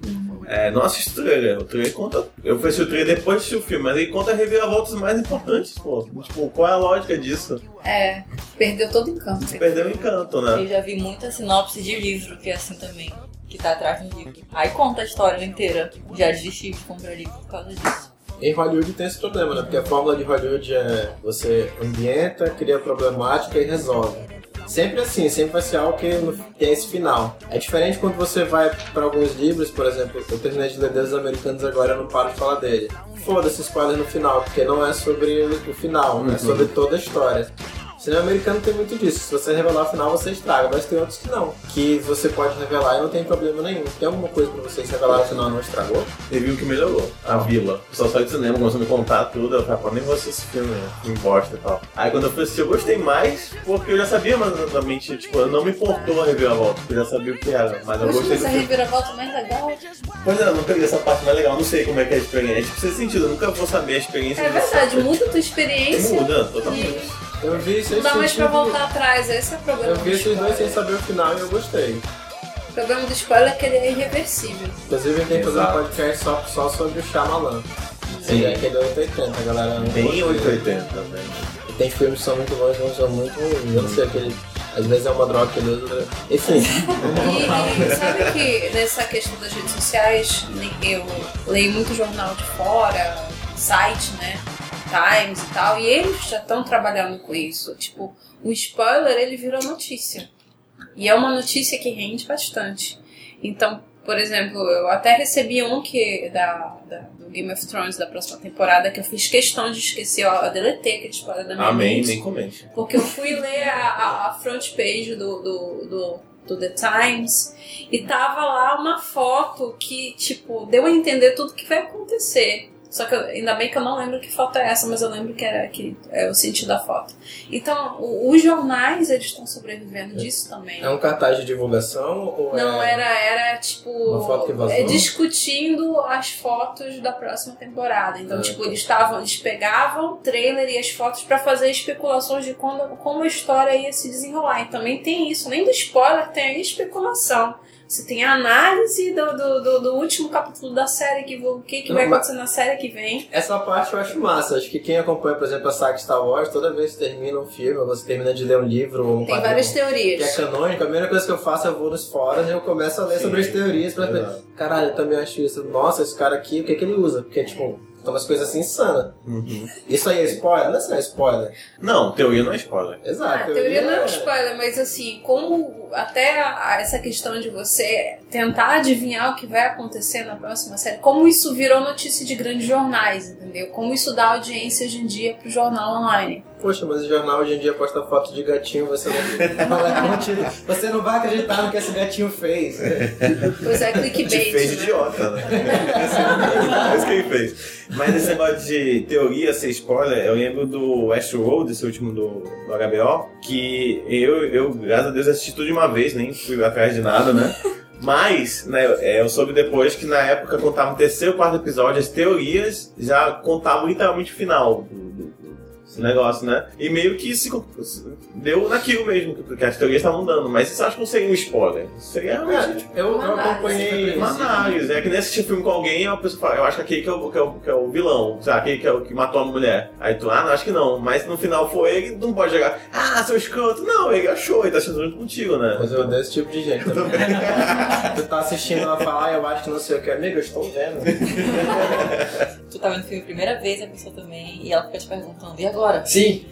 [SPEAKER 5] É, não assiste o trailer, o trailer conta. Eu fui assistir o trailer depois de assistir o filme, mas ele conta as reviravoltas mais importantes, pô. Tipo, qual é a lógica disso?
[SPEAKER 2] É, perdeu todo o encanto.
[SPEAKER 5] Perdeu o encanto, né?
[SPEAKER 6] Eu já vi muita sinopse de livro que é assim também, que tá atrás do livro. Aí conta a história inteira. Já desisti de comprar livro por causa disso.
[SPEAKER 1] Em Hollywood tem esse problema, né? Porque a fórmula de Hollywood é você ambienta, cria problemática e resolve. Sempre assim, sempre vai ser algo que no- tem esse final. É diferente quando você vai pra alguns livros, por exemplo, eu terminei de ler Deuses Americanos agora, eu não paro de falar dele. Foda-se spoiler no final, porque não é sobre o final, é sobre toda a história. O cinema americano tem muito disso. Se você revelar o final, você estraga, mas tem outros que não. Que você pode revelar e não tem problema nenhum. Tem alguma coisa pra vocês revelar no final e não estragou?
[SPEAKER 5] Teve um que melhorou, a vila. O pessoal saiu do cinema, começou a me contar tudo, eu falei, pô, nem vou assistir esse filme, né? Que bosta e tal. Aí quando eu fui assistir, eu gostei mais, porque eu já sabia mais exatamente, tipo, eu não me importou a reviravolta, porque eu já sabia o que era, mas eu
[SPEAKER 2] Poxa,
[SPEAKER 5] gostei
[SPEAKER 2] mas
[SPEAKER 5] do
[SPEAKER 2] a
[SPEAKER 5] filme.
[SPEAKER 2] reviravolta mais legal.
[SPEAKER 5] Pois é, eu não peguei essa parte mais legal, não sei como é que é a experiência. Tipo, sem sentido, eu nunca vou saber a experiência
[SPEAKER 2] É
[SPEAKER 5] dessa-
[SPEAKER 2] verdade, muda a tua experiência
[SPEAKER 5] Muda, totalmente.
[SPEAKER 2] e
[SPEAKER 1] Eu vi isso
[SPEAKER 2] não dá mais pra voltar atrás. Esse é o problema
[SPEAKER 1] Eu vi
[SPEAKER 2] do
[SPEAKER 1] esses dois sem
[SPEAKER 2] spoiler.
[SPEAKER 1] saber o final e eu gostei.
[SPEAKER 2] O problema do spoiler é que ele é irreversível.
[SPEAKER 1] Inclusive, eu tenho que fazer um
[SPEAKER 5] Exato.
[SPEAKER 1] podcast só, só sobre o Shyamalan.
[SPEAKER 5] Sim.
[SPEAKER 1] Ele é aquele 880, a galera. não
[SPEAKER 5] Bem
[SPEAKER 1] gosta.
[SPEAKER 5] 880 também.
[SPEAKER 1] E Tem filmes que são muito bons, outros são muito ruins. Eu não sei, aquele. Às vezes é uma droga que ele usa. Enfim,
[SPEAKER 2] E, e sabe que nessa questão das redes sociais, ne- eu leio muito jornal de fora, site, né? Times e tal, e eles já estão trabalhando com isso. Tipo, o spoiler ele virou notícia. E é uma notícia que rende bastante. Então, por exemplo, eu até recebi um que da, da- do Game of Thrones da próxima temporada que eu fiz questão de esquecer, ó, eu deletei aquele spoiler da minha
[SPEAKER 5] Amém,
[SPEAKER 2] mente.
[SPEAKER 5] nem comente.
[SPEAKER 2] Porque eu fui ler a, a- a front page do, do, do, do The Times e tava lá uma foto que, tipo, deu a entender tudo que vai acontecer. Só que eu- ainda bem que eu não lembro que foto é essa, mas eu lembro que era que é o sentido da foto. Então, o- os jornais, eles estão sobrevivendo disso também.
[SPEAKER 1] é um cartaz de divulgação ou
[SPEAKER 2] Não,
[SPEAKER 1] é.
[SPEAKER 2] era, era tipo.
[SPEAKER 1] Uma foto que vazou?
[SPEAKER 2] é, discutindo as fotos da próxima temporada. Então,
[SPEAKER 1] Ah,
[SPEAKER 2] tipo, eles estavam, eles pegavam o trailer e as fotos pra fazer especulações de quando, como a história ia se desenrolar. E também tem isso, nem do spoiler, tem a especulação. Você tem a análise do, do, do- do último capítulo da série, que vo- o que, que
[SPEAKER 1] Não,
[SPEAKER 2] vai
[SPEAKER 1] mas-
[SPEAKER 2] acontecer na série que vem.
[SPEAKER 1] Essa parte eu acho massa. Acho que quem acompanha, por exemplo, a saga Star Wars, toda vez que termina um filme, ou você termina de ler um livro ou um
[SPEAKER 2] Tem
[SPEAKER 1] quadrinho
[SPEAKER 2] várias
[SPEAKER 1] que é
[SPEAKER 2] teorias.
[SPEAKER 1] canônico, a primeira coisa que eu faço é eu vou nos fóruns e eu começo a ler sobre as teorias pra ver.
[SPEAKER 5] Exato.
[SPEAKER 1] Caralho, eu também acho isso. Nossa, esse cara aqui, o que, que ele usa? Porque, tipo, são umas coisas assim insanas.
[SPEAKER 5] Uhum.
[SPEAKER 1] Isso aí é spoiler? Não, isso não é spoiler.
[SPEAKER 5] Não, teoria não é spoiler.
[SPEAKER 1] Exato.
[SPEAKER 2] Ah, teoria não é um spoiler, mas assim, como até a- essa questão de você tentar adivinhar o que vai acontecer na próxima série, como isso virou notícia de grandes jornais, entendeu? Como isso dá audiência hoje em dia pro jornal online.
[SPEAKER 1] Poxa, mas o jornal hoje em dia posta foto de gatinho, você (laughs) não, não leva um tiro. Você não vai acreditar no que esse gatinho (laughs) fez.
[SPEAKER 2] Pois
[SPEAKER 6] (laughs)
[SPEAKER 2] é,
[SPEAKER 5] Te fez
[SPEAKER 2] clickbait, né?
[SPEAKER 5] idiota, né? É isso que ele fez. Mas esse negócio de teoria ser spoiler, eu lembro do Westworld, esse último do, do HBO, que eu, eu, graças a Deus, assisti tudo de uma vez, nem fui atrás de nada, né? Mas, né, é, eu soube depois que na época contava o terceiro, quarto episódio, as teorias já contavam literalmente o final do, do- desse negócio, né? E meio que se, se- deu naquilo mesmo, porque as teorias estavam dando. Mas isso eu acho que não seria um spoiler. Isso Seria realmente
[SPEAKER 1] Cara, eu, eu acompanhei.
[SPEAKER 5] uma análise. É que nem assistir filme com alguém, a pessoa fala, eu acho que aquele que é o, que é o, que é o vilão, sabe? Aquele que é o que matou a mulher. Aí tu, ah, não, acho que não. Mas no final foi ele, não pode jogar, ah, seu escroto. Não, ele achou, ele tá achando junto contigo, né?
[SPEAKER 1] Mas eu odeio esse tipo de gente. Também. tu tá assistindo ela falar, eu acho que não sei o que. Amigo, eu estou vendo.
[SPEAKER 6] Tu tá vendo o filme a primeira vez, a pessoa também, e ela fica te perguntando, e agora?
[SPEAKER 3] Sim,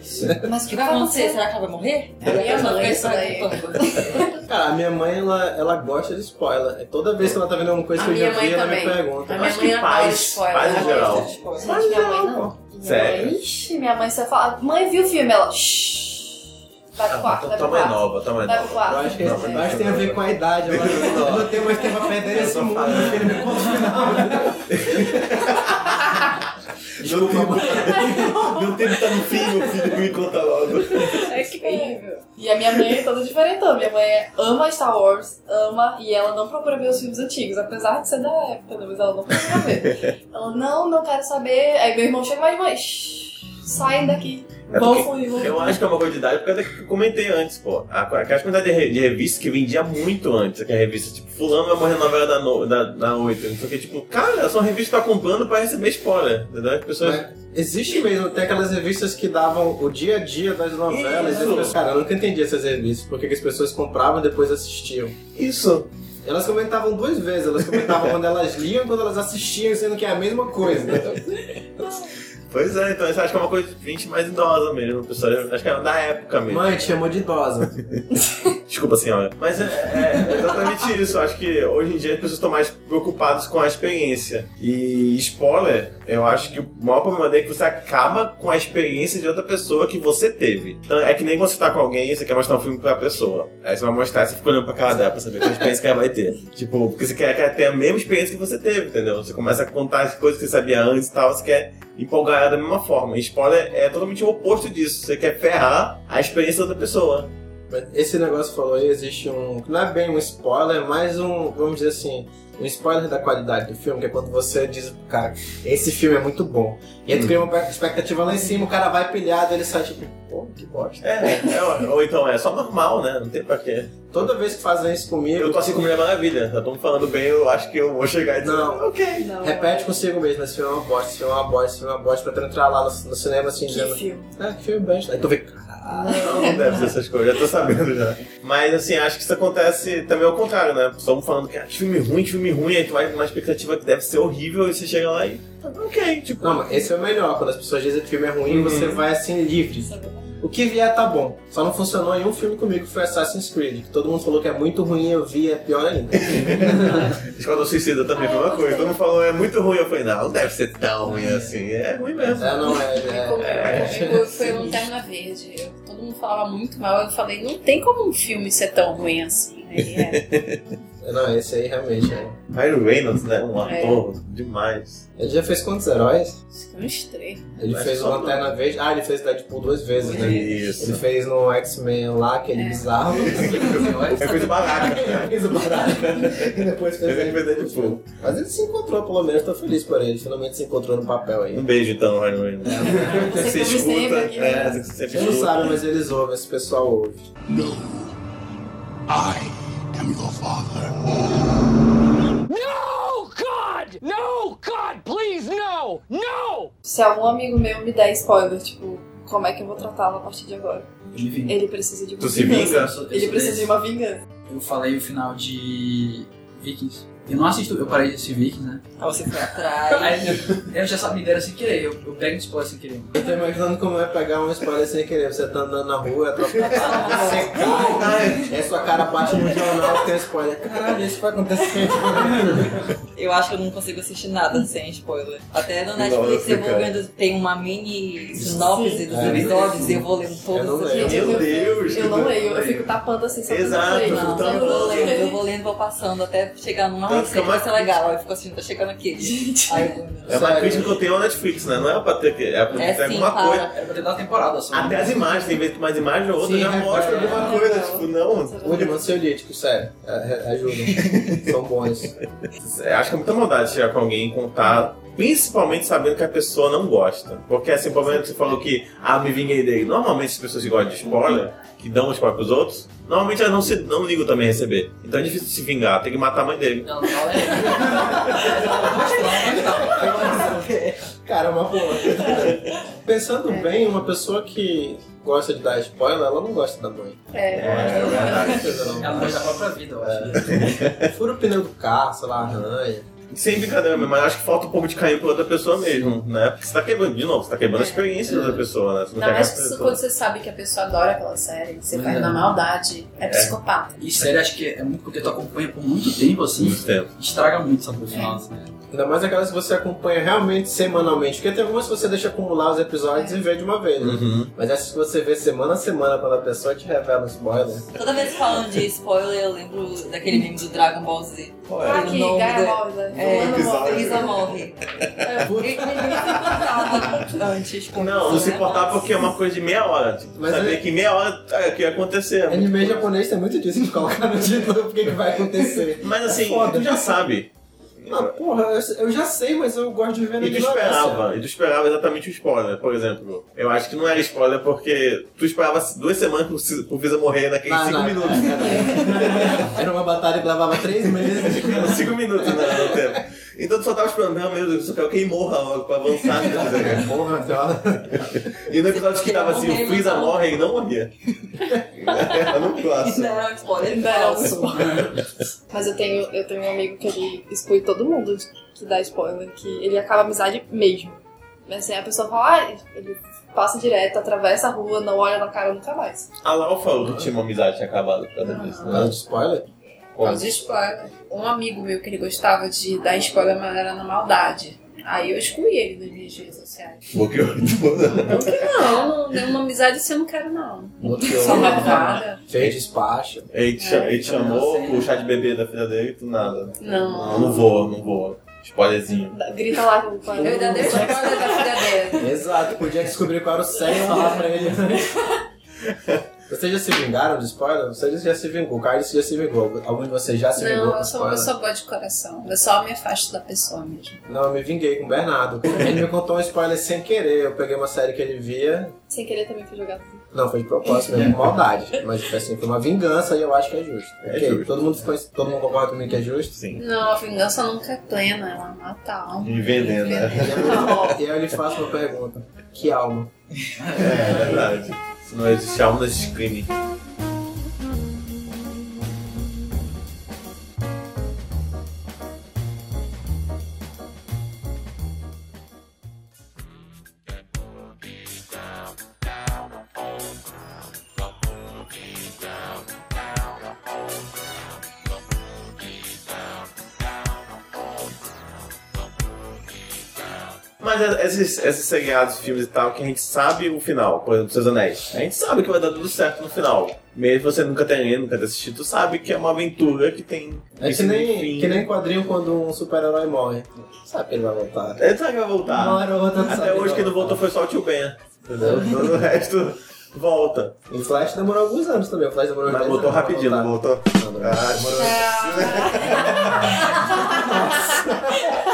[SPEAKER 6] Mas o que vai acontecer? Será que ela vai morrer?
[SPEAKER 2] Ela ia
[SPEAKER 6] Minha
[SPEAKER 2] morrer,
[SPEAKER 6] mãe
[SPEAKER 2] isso
[SPEAKER 6] tá
[SPEAKER 2] daí.
[SPEAKER 6] perguntando.
[SPEAKER 1] Cara, a minha mãe, ela, ela gosta de spoiler. Toda vez que ela tá vendo alguma coisa
[SPEAKER 2] A
[SPEAKER 1] que eu já
[SPEAKER 2] minha mãe
[SPEAKER 1] vi, ela
[SPEAKER 2] também.
[SPEAKER 1] me pergunta.
[SPEAKER 2] A minha
[SPEAKER 5] Acho
[SPEAKER 2] mãe
[SPEAKER 5] que
[SPEAKER 2] adora
[SPEAKER 5] pais,
[SPEAKER 2] spoiler.
[SPEAKER 5] pais em
[SPEAKER 2] Ela
[SPEAKER 5] geral.
[SPEAKER 2] gosta de spoiler.
[SPEAKER 4] Gente, minha mãe não. Minha
[SPEAKER 5] Sério?
[SPEAKER 4] mãe, ixi, minha mãe só fala, mãe, viu o filme? Ela, shhh. Vai pro quarto, vai pro
[SPEAKER 5] Toma é
[SPEAKER 4] quarto.
[SPEAKER 5] nova, toma é
[SPEAKER 4] Vai pro
[SPEAKER 5] nova.
[SPEAKER 1] Eu
[SPEAKER 4] quarto.
[SPEAKER 1] acho que, é.
[SPEAKER 5] Não,
[SPEAKER 1] eu
[SPEAKER 5] não.
[SPEAKER 1] acho que tem a ver com a idade. Agora eu não tenho mais tempo a perder
[SPEAKER 5] Eu
[SPEAKER 1] nesse
[SPEAKER 5] só
[SPEAKER 1] mundo.
[SPEAKER 5] falo.
[SPEAKER 1] Ele me conta o final.
[SPEAKER 5] Meu (laughs) tempo, meu tempo tá no fim, meu filho, me conta logo.
[SPEAKER 2] É incrível.
[SPEAKER 4] E a minha mãe é toda diferentona. Minha mãe é- ama Star Wars, ama, e ela não procura ver os filmes antigos, apesar de ser da época, né? mas ela não procura ver. Ela, não, não quero saber. Aí meu irmão chega mais, mãe, shh, saem daqui.
[SPEAKER 5] É
[SPEAKER 4] Vão
[SPEAKER 5] porque
[SPEAKER 4] fugir, vão
[SPEAKER 5] Eu acho que é uma coisa de idade por causa que eu comentei antes, pô. A, aquelas quantidades de, re- de revistas que vendia muito antes, que a revista, tipo, fulano vai morrer na novela da, no, da, da 8, não sei o que, tipo, cara, são revistas que tá comprando pra receber spoiler, entendeu? As pessoas...
[SPEAKER 1] Mas Existe mesmo, tem aquelas revistas que davam o dia a dia das novelas.
[SPEAKER 5] Isso.
[SPEAKER 1] E as pessoas- Cara, eu nunca entendi essas revistas, porque que as pessoas compravam e depois assistiam.
[SPEAKER 5] Isso.
[SPEAKER 1] Elas comentavam duas vezes, elas comentavam quando elas liam e quando elas assistiam, sendo que é a mesma coisa.
[SPEAKER 5] Pois é, então isso eu acho que é uma coisa de gente mais idosa mesmo, pessoal. Eu Acho que é da época mesmo.
[SPEAKER 1] Mãe, te chamou de idosa.
[SPEAKER 5] Desculpa, senhora. Mas é, é exatamente (laughs) isso. Eu Acho que hoje em dia as pessoas estão mais preocupadas com a experiência. E spoiler, eu acho que o maior problema dele é que você acaba com a experiência de outra pessoa que você teve. Então é que nem quando você tá com alguém e você quer mostrar um filme pra pessoa. Aí você vai mostrar, você fica olhando pra cara dela pra saber qual experiência que ela vai ter. Tipo, porque você quer que ela tenha a mesma experiência que você teve, entendeu? Você começa a contar as coisas que você sabia antes e tal, você quer empolgar ela da mesma forma. E spoiler é totalmente o oposto disso. Você quer ferrar a experiência da outra pessoa.
[SPEAKER 1] Mas Esse negócio falou aí, existe um. Não é bem um spoiler, mas um. Vamos dizer assim. Um spoiler da qualidade do filme, que é quando você diz, pro cara, esse filme é muito bom. E aí
[SPEAKER 5] Hum.
[SPEAKER 1] tu cria uma expectativa lá em cima, o cara vai pilhado, ele sai tipo, pô, que bosta.
[SPEAKER 5] É, é, ou- ou então é só normal, né? Não tem pra quê.
[SPEAKER 1] Toda vez que fazem isso comigo,
[SPEAKER 5] Eu tô assim com Mulher Maravilha, já estão falando bem, eu acho que eu vou chegar e dizer,
[SPEAKER 1] Não.
[SPEAKER 5] ok.
[SPEAKER 4] Não,
[SPEAKER 1] Repete consigo mesmo, esse filme é uma bosta, esse filme é uma bosta, esse filme é uma bosta, pra tu entrar lá no, no cinema assim,
[SPEAKER 4] que
[SPEAKER 1] dizendo,
[SPEAKER 4] filme.
[SPEAKER 1] ah, que filme besta. Aí tu vê, caralho.
[SPEAKER 5] Não, não deve ser essas coisas, já tô sabendo já. Mas assim, acho que isso acontece também ao contrário, né? Estamos falando que ah, que filme ruim, que filme ruim, aí tu vai numa expectativa que deve ser horrível e você chega lá e. Ok, tipo.
[SPEAKER 1] Não, mas esse é o melhor, quando as pessoas dizem que o filme é ruim,
[SPEAKER 5] Uhum.
[SPEAKER 1] você vai assim, livre. O que vier tá bom. Só não funcionou em um filme comigo, que foi Assassin's Creed. Que todo mundo falou que é muito ruim, eu vi, é pior
[SPEAKER 5] (laughs)
[SPEAKER 1] ainda. É,
[SPEAKER 5] Esquadrão Suicida também foi uma coisa. Todo mundo falou, é muito ruim. Eu falei, não, não deve ser tão ruim assim. É ruim mesmo.
[SPEAKER 1] é, não, é... é-
[SPEAKER 2] Como- comigo foi Lanterna Verde. Eu- todo mundo falava muito mal. Eu falei, não tem como um filme ser tão ruim assim. Aí é.
[SPEAKER 1] é, Não, esse aí realmente é.
[SPEAKER 5] Ryan Reynolds, né? Um ator demais.
[SPEAKER 1] Ele já fez quantos heróis?
[SPEAKER 2] Isso
[SPEAKER 4] é um
[SPEAKER 2] que eu estrei.
[SPEAKER 1] Ele
[SPEAKER 5] Mas
[SPEAKER 1] fez o
[SPEAKER 5] só-
[SPEAKER 1] Lanterna Verde. Ah, ele fez Deadpool duas vezes, né? Ele
[SPEAKER 5] Isso.
[SPEAKER 1] fez no X-Men lá, aquele
[SPEAKER 5] (laughs)
[SPEAKER 1] bizarro.
[SPEAKER 5] É coisa barata. né? é
[SPEAKER 1] Ele fez o Baraka. E depois fez
[SPEAKER 5] Ele fez Deadpool.
[SPEAKER 1] Mas ele se encontrou, pelo menos, tô feliz por ele. Finalmente se encontrou no papel aí.
[SPEAKER 5] Um beijo então, Ryan Reynolds.
[SPEAKER 4] Você
[SPEAKER 5] Você
[SPEAKER 4] come sempre
[SPEAKER 5] escuta.
[SPEAKER 4] aqui, né?
[SPEAKER 5] É, você
[SPEAKER 1] Eles
[SPEAKER 5] sempre
[SPEAKER 1] É. não né?
[SPEAKER 5] escuta.
[SPEAKER 1] sabem, mas eles ouvem, esse pessoal ouve.
[SPEAKER 8] No, I am your father.
[SPEAKER 9] No, God! No, God, please, no! No!
[SPEAKER 4] Se algum amigo meu me der spoiler, tipo, como é que eu vou tratá-lo a partir de agora?
[SPEAKER 7] Ele
[SPEAKER 4] Ele precisa de uma
[SPEAKER 5] Tu se
[SPEAKER 4] vingança.
[SPEAKER 5] vinga?
[SPEAKER 4] Ele precisa de uma vingança.
[SPEAKER 7] Eu falei o final de Vikings. Eu não assisto, eu parei de assistir Vikings, né?
[SPEAKER 6] Ah, você
[SPEAKER 2] (laughs)
[SPEAKER 6] foi atrás.
[SPEAKER 7] Aí eu- eu já sabia, me deram sem querer, eu, eu pego um spoiler sem querer.
[SPEAKER 1] Eu tô imaginando como é pegar um spoiler sem querer. Você tá andando na rua, atropelado, você cai, aí sua cara bate no jornal, tem spoiler. Caralho, isso vai acontecer.
[SPEAKER 6] Eu acho que eu não consigo assistir nada sem spoiler. Até no
[SPEAKER 5] Nossa,
[SPEAKER 6] Netflix eu vou
[SPEAKER 5] cara.
[SPEAKER 6] vendo, tem uma mini sinopse dos
[SPEAKER 1] É.
[SPEAKER 6] episódios e eu vou lendo
[SPEAKER 1] Eu não
[SPEAKER 6] todos os
[SPEAKER 1] leio.
[SPEAKER 6] episódios.
[SPEAKER 5] Meu Deus!
[SPEAKER 4] Eu não leio, eu fico tapando assim, só
[SPEAKER 5] Exato,
[SPEAKER 4] pra
[SPEAKER 5] eu
[SPEAKER 4] eu
[SPEAKER 5] fico
[SPEAKER 6] Não,
[SPEAKER 5] Então,
[SPEAKER 6] eu vou
[SPEAKER 4] não leio.
[SPEAKER 6] lendo, eu vou lendo, vou passando até chegar numa
[SPEAKER 5] Então,
[SPEAKER 6] receita,
[SPEAKER 5] fica
[SPEAKER 6] vai ser legal. Aí eu fico assistindo, tá chegando aquele. Aí eu vou lendo.
[SPEAKER 5] É uma
[SPEAKER 1] Sério.
[SPEAKER 5] crítica que eu tenho ao Netflix, né? Não é pra ter que. É pra ter
[SPEAKER 6] É sim,
[SPEAKER 5] alguma coisa.
[SPEAKER 6] para.
[SPEAKER 7] Era pra ter dado temporada só.
[SPEAKER 5] Até as imagens, tem vez que mais imagem ou outra
[SPEAKER 1] Sim,
[SPEAKER 5] já
[SPEAKER 1] é
[SPEAKER 5] mostra
[SPEAKER 1] verdade.
[SPEAKER 5] alguma coisa. Tipo, não.
[SPEAKER 1] Woodman Ciolítico, sério. a- a- Ajudam. São bons.
[SPEAKER 5] É, acho que é muita maldade chegar com alguém e contar, principalmente sabendo que a pessoa não gosta. Porque assim, o problema é que você falou que, ah, me vinguei dele. Normalmente as pessoas que gostam de spoiler, que dão spoiler pros outros, normalmente elas não, se, não ligam também a receber. Então é difícil se vingar, tem que matar a mãe dele.
[SPEAKER 7] Ela não fala, é. Ela mostrou, (laughs) mas tá.
[SPEAKER 1] Cara, é uma boa. Pensando bem, uma pessoa que gosta de dar spoiler, ela não gosta da mãe.
[SPEAKER 2] É.
[SPEAKER 5] É,
[SPEAKER 1] Não é coisa, não.
[SPEAKER 7] Ela não gosta da própria vida, eu acho.
[SPEAKER 1] Fura o pneu do carro, sei lá, arranha.
[SPEAKER 5] Sem brincadeira, mesmo, mas acho que falta um pouco de carinho pra outra pessoa mesmo, né? Porque você tá quebrando, de novo, você tá quebrando a experiência da outra pessoa, né? Você não
[SPEAKER 2] Ainda mais
[SPEAKER 5] quer
[SPEAKER 2] que
[SPEAKER 5] que a
[SPEAKER 2] você-
[SPEAKER 5] pessoa-
[SPEAKER 2] quando você sabe que a pessoa adora aquela série, que você
[SPEAKER 7] Pois
[SPEAKER 2] vai
[SPEAKER 7] é.
[SPEAKER 2] na maldade, é, psicopata.
[SPEAKER 7] E sério, acho que é muito porque tu acompanha por muito tempo, assim,
[SPEAKER 5] Muito tempo.
[SPEAKER 7] estraga muito essa assim. coisa. Nossa.
[SPEAKER 1] Ainda mais aquelas que você acompanha realmente semanalmente. Porque tem algumas que você deixa acumular os episódios e vê de uma vez, né?
[SPEAKER 5] Uhum.
[SPEAKER 1] Mas essas que você vê semana a semana pela pessoa te revela um spoiler.
[SPEAKER 6] Toda vez que falam de spoiler, eu lembro daquele meme do Dragon Ball Z.
[SPEAKER 5] é?
[SPEAKER 4] Ah,
[SPEAKER 6] Pelo
[SPEAKER 4] que
[SPEAKER 6] nome
[SPEAKER 4] Gaia
[SPEAKER 6] da-
[SPEAKER 4] Móvel.
[SPEAKER 6] É,
[SPEAKER 4] Fulano Móvel.
[SPEAKER 6] Lisa morre.
[SPEAKER 1] Putz,
[SPEAKER 6] Antes, com
[SPEAKER 5] Não, não
[SPEAKER 4] né?
[SPEAKER 5] se importar porque é uma coisa de meia hora. Tipo,
[SPEAKER 1] Mas
[SPEAKER 5] saber
[SPEAKER 1] é-
[SPEAKER 5] que meia hora é, que ia acontecer.
[SPEAKER 1] anime japonês tem muito disso (laughs) de colocar no título o que, que vai acontecer.
[SPEAKER 5] Mas assim,
[SPEAKER 1] É Foda.
[SPEAKER 5] tu já sabe.
[SPEAKER 1] Ah, porra, eu- eu já sei, mas eu gosto de ver na
[SPEAKER 5] E tu
[SPEAKER 1] ignorância.
[SPEAKER 5] esperava, e tu esperava exatamente o spoiler, por exemplo. Eu acho que não era spoiler porque tu esperava duas semanas pro Cisa- pro Visa morrer naqueles
[SPEAKER 1] Ah,
[SPEAKER 5] cinco
[SPEAKER 1] não,
[SPEAKER 5] minutos. né?
[SPEAKER 1] é, é. Era uma batalha que levava três (laughs) meses.
[SPEAKER 5] Uns cinco minutos né, no tempo. Então tu só tava esperando, meu Deus, eu só quero que ele morra logo pra avançar. né, Zé?
[SPEAKER 1] Porra, droga.
[SPEAKER 5] E no episódio que tava assim, o Freeza morre e não morria. (laughs) Era muito clássico.
[SPEAKER 6] Não era um spoiler
[SPEAKER 4] Não, era um
[SPEAKER 6] falso.
[SPEAKER 4] Mas eu tenho, eu tenho um amigo que ele exclui todo mundo de- que dá spoiler, que ele acaba a amizade mesmo. Mas assim, a pessoa fala, ah, ele passa direto, atravessa a rua, não olha na cara nunca mais.
[SPEAKER 5] A Lau falou que tinha uma amizade que tinha acabado por causa disso,
[SPEAKER 1] Nada
[SPEAKER 5] né?
[SPEAKER 1] de spoiler?
[SPEAKER 2] Por causa de spoiler. Um amigo meu que ele gostava de dar spoiler, mas era na maldade. Aí eu excluí ele nas minhas redes sociais.
[SPEAKER 5] Bloqueou tudo.
[SPEAKER 2] Não que não, nenhuma amizade assim eu não quero, não.
[SPEAKER 1] Bloqueou.
[SPEAKER 2] Só malvada.
[SPEAKER 1] Fez despacho.
[SPEAKER 5] Ele te,
[SPEAKER 2] É,
[SPEAKER 5] ele te chamou pro chá de bebê da filha dele, tu nada. Não,
[SPEAKER 2] Não.
[SPEAKER 5] não vou, não vou. Spoilerzinho.
[SPEAKER 4] Dá- Grita lá com o
[SPEAKER 2] Eu ainda dei spoiler da filha dele.
[SPEAKER 1] Exato, podia descobrir qual era o sexo e falar pra ele. Vocês já se vingaram de spoiler? Vocês já se vingou, o Carlos já se vingou. Algum de vocês já se vingou
[SPEAKER 2] Não,
[SPEAKER 1] com
[SPEAKER 2] eu sou uma
[SPEAKER 1] spoiler?
[SPEAKER 2] pessoa boa de coração. Eu só me afasto da pessoa mesmo.
[SPEAKER 1] Não, eu me vinguei com o Bernardo. Ele me contou um spoiler sem querer. Eu peguei uma série que ele via.
[SPEAKER 4] Sem querer também fui jogar. tudo.
[SPEAKER 1] Não, foi de propósito mesmo, com maldade. Mas tipo assim, foi uma vingança e eu acho que é justo.
[SPEAKER 5] É
[SPEAKER 1] Ok,
[SPEAKER 5] justo.
[SPEAKER 1] Todo mundo, ficou- todo mundo concorda comigo que é justo?
[SPEAKER 5] Sim.
[SPEAKER 2] Não, a vingança nunca é plena, ela mata a alma.
[SPEAKER 5] Envenena.
[SPEAKER 1] E aí eu lhe faço uma pergunta. Que alma?
[SPEAKER 5] (laughs) É verdade. Se não existe alma, não existe crime. Mas é, esses, esses seriados, filmes e tal, que a gente sabe o final, por exemplo, Seus Anéis. A gente sabe que vai dar tudo certo no final. Mesmo você nunca ter lido, nunca ter assistido, tu sabe que é uma aventura que tem.
[SPEAKER 1] É que
[SPEAKER 5] início, meio e
[SPEAKER 1] nem,
[SPEAKER 5] fim. né?
[SPEAKER 1] que nem quadrinho quando um super-herói morre. Sabe que ele vai voltar.
[SPEAKER 5] Ele sabe que vai voltar.
[SPEAKER 1] Uma hora ou outra sabe
[SPEAKER 5] Tá. Até hoje
[SPEAKER 1] que
[SPEAKER 5] que não
[SPEAKER 1] vai voltar.
[SPEAKER 5] voltou foi só o tio Ben. Entendeu? Todo o resto volta.
[SPEAKER 1] O Flash demorou alguns anos também. O Flash demorou
[SPEAKER 5] Mas
[SPEAKER 1] 10
[SPEAKER 5] voltou
[SPEAKER 1] anos pra
[SPEAKER 5] rapidinho,
[SPEAKER 1] voltar.
[SPEAKER 5] não voltou?
[SPEAKER 1] Não, não,
[SPEAKER 5] Ah,
[SPEAKER 1] demorou.
[SPEAKER 6] Nossa.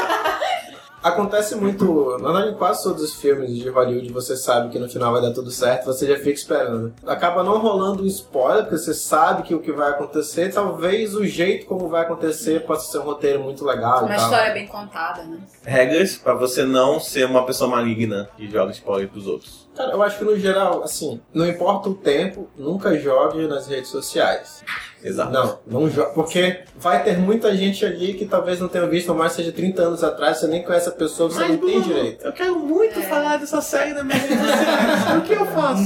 [SPEAKER 1] Acontece muito, na verdade, em quase todos os filmes de Hollywood, você sabe que no final vai dar tudo certo, você já fica esperando. né? Acaba não rolando um spoiler, porque você sabe que o que vai acontecer, talvez o jeito como vai acontecer possa ser um roteiro muito legal
[SPEAKER 2] Uma
[SPEAKER 1] e tal.
[SPEAKER 2] história bem contada, né?
[SPEAKER 5] Regras pra você não ser uma pessoa maligna que joga spoiler pros outros.
[SPEAKER 1] Cara, eu acho que no geral, assim, não importa o tempo, nunca jogue nas redes sociais.
[SPEAKER 5] Exato.
[SPEAKER 1] Não, não jogue, porque vai ter muita gente ali que talvez não tenha visto, mas seja 30 anos atrás, você nem conhece a pessoa, você não tem direito.
[SPEAKER 5] Eu quero muito
[SPEAKER 7] É.
[SPEAKER 5] falar dessa série da minha vida. o que eu faço?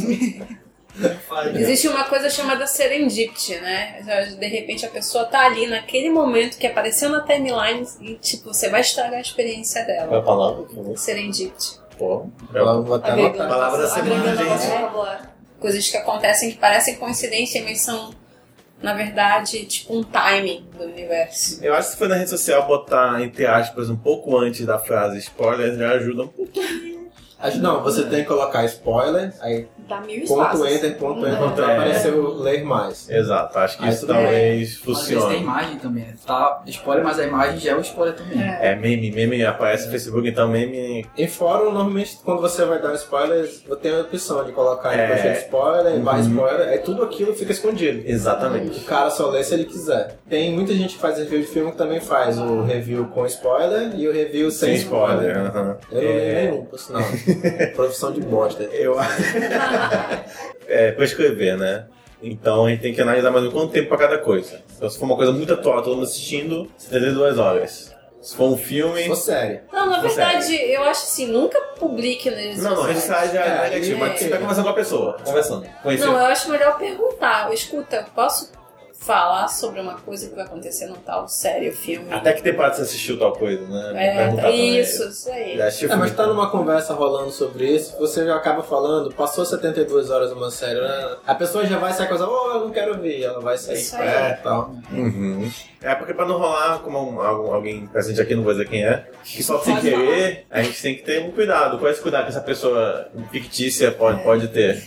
[SPEAKER 2] Existe uma coisa chamada serendipity, né? De repente a pessoa tá ali naquele momento que apareceu na timeline e, tipo, você vai estragar a experiência
[SPEAKER 5] Qual é a
[SPEAKER 2] dela.
[SPEAKER 5] palavra? por favor?
[SPEAKER 2] Serendipity.
[SPEAKER 5] Pô,
[SPEAKER 1] Ela vou até
[SPEAKER 4] Agregando
[SPEAKER 1] anotar.
[SPEAKER 5] É palavra da
[SPEAKER 4] nosso-
[SPEAKER 5] semana,
[SPEAKER 4] agregando nosso
[SPEAKER 5] gente.
[SPEAKER 4] vocabulário.
[SPEAKER 2] Coisas que acontecem que parecem coincidência, mas são, na verdade, tipo um timing do
[SPEAKER 5] (laughs)
[SPEAKER 2] universo.
[SPEAKER 5] Eu acho que se for na rede social botar, entre aspas, um pouco antes da frase spoiler, já ajuda um pouco.
[SPEAKER 1] Acho- Não, você tem que colocar spoiler, aí
[SPEAKER 4] Dá mil
[SPEAKER 1] ponto
[SPEAKER 4] espaços.
[SPEAKER 1] enter, ponto enter,
[SPEAKER 4] Não.
[SPEAKER 1] ponto
[SPEAKER 5] É.
[SPEAKER 1] enter, apareceu ler mais.
[SPEAKER 5] Exato, acho que
[SPEAKER 1] Aí
[SPEAKER 5] isso
[SPEAKER 1] tudo
[SPEAKER 5] talvez
[SPEAKER 7] É. Às vezes tem
[SPEAKER 5] funcione.
[SPEAKER 7] imagem também, né? Tá spoiler, mas a imagem já é o spoiler também.
[SPEAKER 5] É meme, meme aparece no Facebook, então meme.
[SPEAKER 1] Em fórum, normalmente, quando você vai dar spoiler, tem a opção de colocar
[SPEAKER 5] É.
[SPEAKER 1] é. embaixo de spoiler,
[SPEAKER 5] Uhum.
[SPEAKER 1] mais spoiler, aí tudo aquilo fica escondido.
[SPEAKER 5] Exatamente.
[SPEAKER 1] O cara só lê se ele quiser. Tem muita gente que faz review de filme que também faz o review com spoiler e o review sem,
[SPEAKER 5] Sem spoiler. aham.
[SPEAKER 1] Eu não
[SPEAKER 5] É,
[SPEAKER 1] leio nenhum, por sinal. Profissão de bosta.
[SPEAKER 5] Eu É, pra escrever, né? Então a gente tem que analisar mais ou menos quanto tempo pra cada coisa. Então se for uma coisa muito atual, todo mundo assistindo, 72 horas. Se for um filme.
[SPEAKER 1] Sou sério.
[SPEAKER 2] Não, na
[SPEAKER 5] Consegue.
[SPEAKER 2] verdade, eu acho assim, nunca publique nas
[SPEAKER 5] Não, não,
[SPEAKER 2] redes
[SPEAKER 5] registrar
[SPEAKER 2] sociais.
[SPEAKER 5] já é
[SPEAKER 1] É,
[SPEAKER 5] negativo,
[SPEAKER 2] é.
[SPEAKER 5] mas você tá conversando com a pessoa, conversando.
[SPEAKER 2] Não,
[SPEAKER 5] Conhecendo.
[SPEAKER 2] eu acho melhor perguntar. Escuta, posso falar sobre uma coisa que vai acontecer no tal sério filme?
[SPEAKER 5] Até que temporada você assistiu tal coisa, né? Ah, Perguntar
[SPEAKER 2] É,
[SPEAKER 5] também.
[SPEAKER 2] isso, isso aí.
[SPEAKER 5] Já assistiu
[SPEAKER 1] É, mas
[SPEAKER 5] filme?
[SPEAKER 1] tá numa conversa rolando sobre isso, você já acaba falando, passou 72 horas uma série, né? a pessoa já vai sair com essa, oh, eu não quero ver, ela vai sair
[SPEAKER 2] Isso aí.
[SPEAKER 1] é, tal.
[SPEAKER 5] Uhum. É porque pra não rolar, como um- algum- alguém presente aqui, não vou dizer quem é, que só sem
[SPEAKER 7] Pode falar.
[SPEAKER 5] querer, a gente tem que ter um cuidado. Qual é esse cuidado que essa pessoa fictícia pode, pode ter?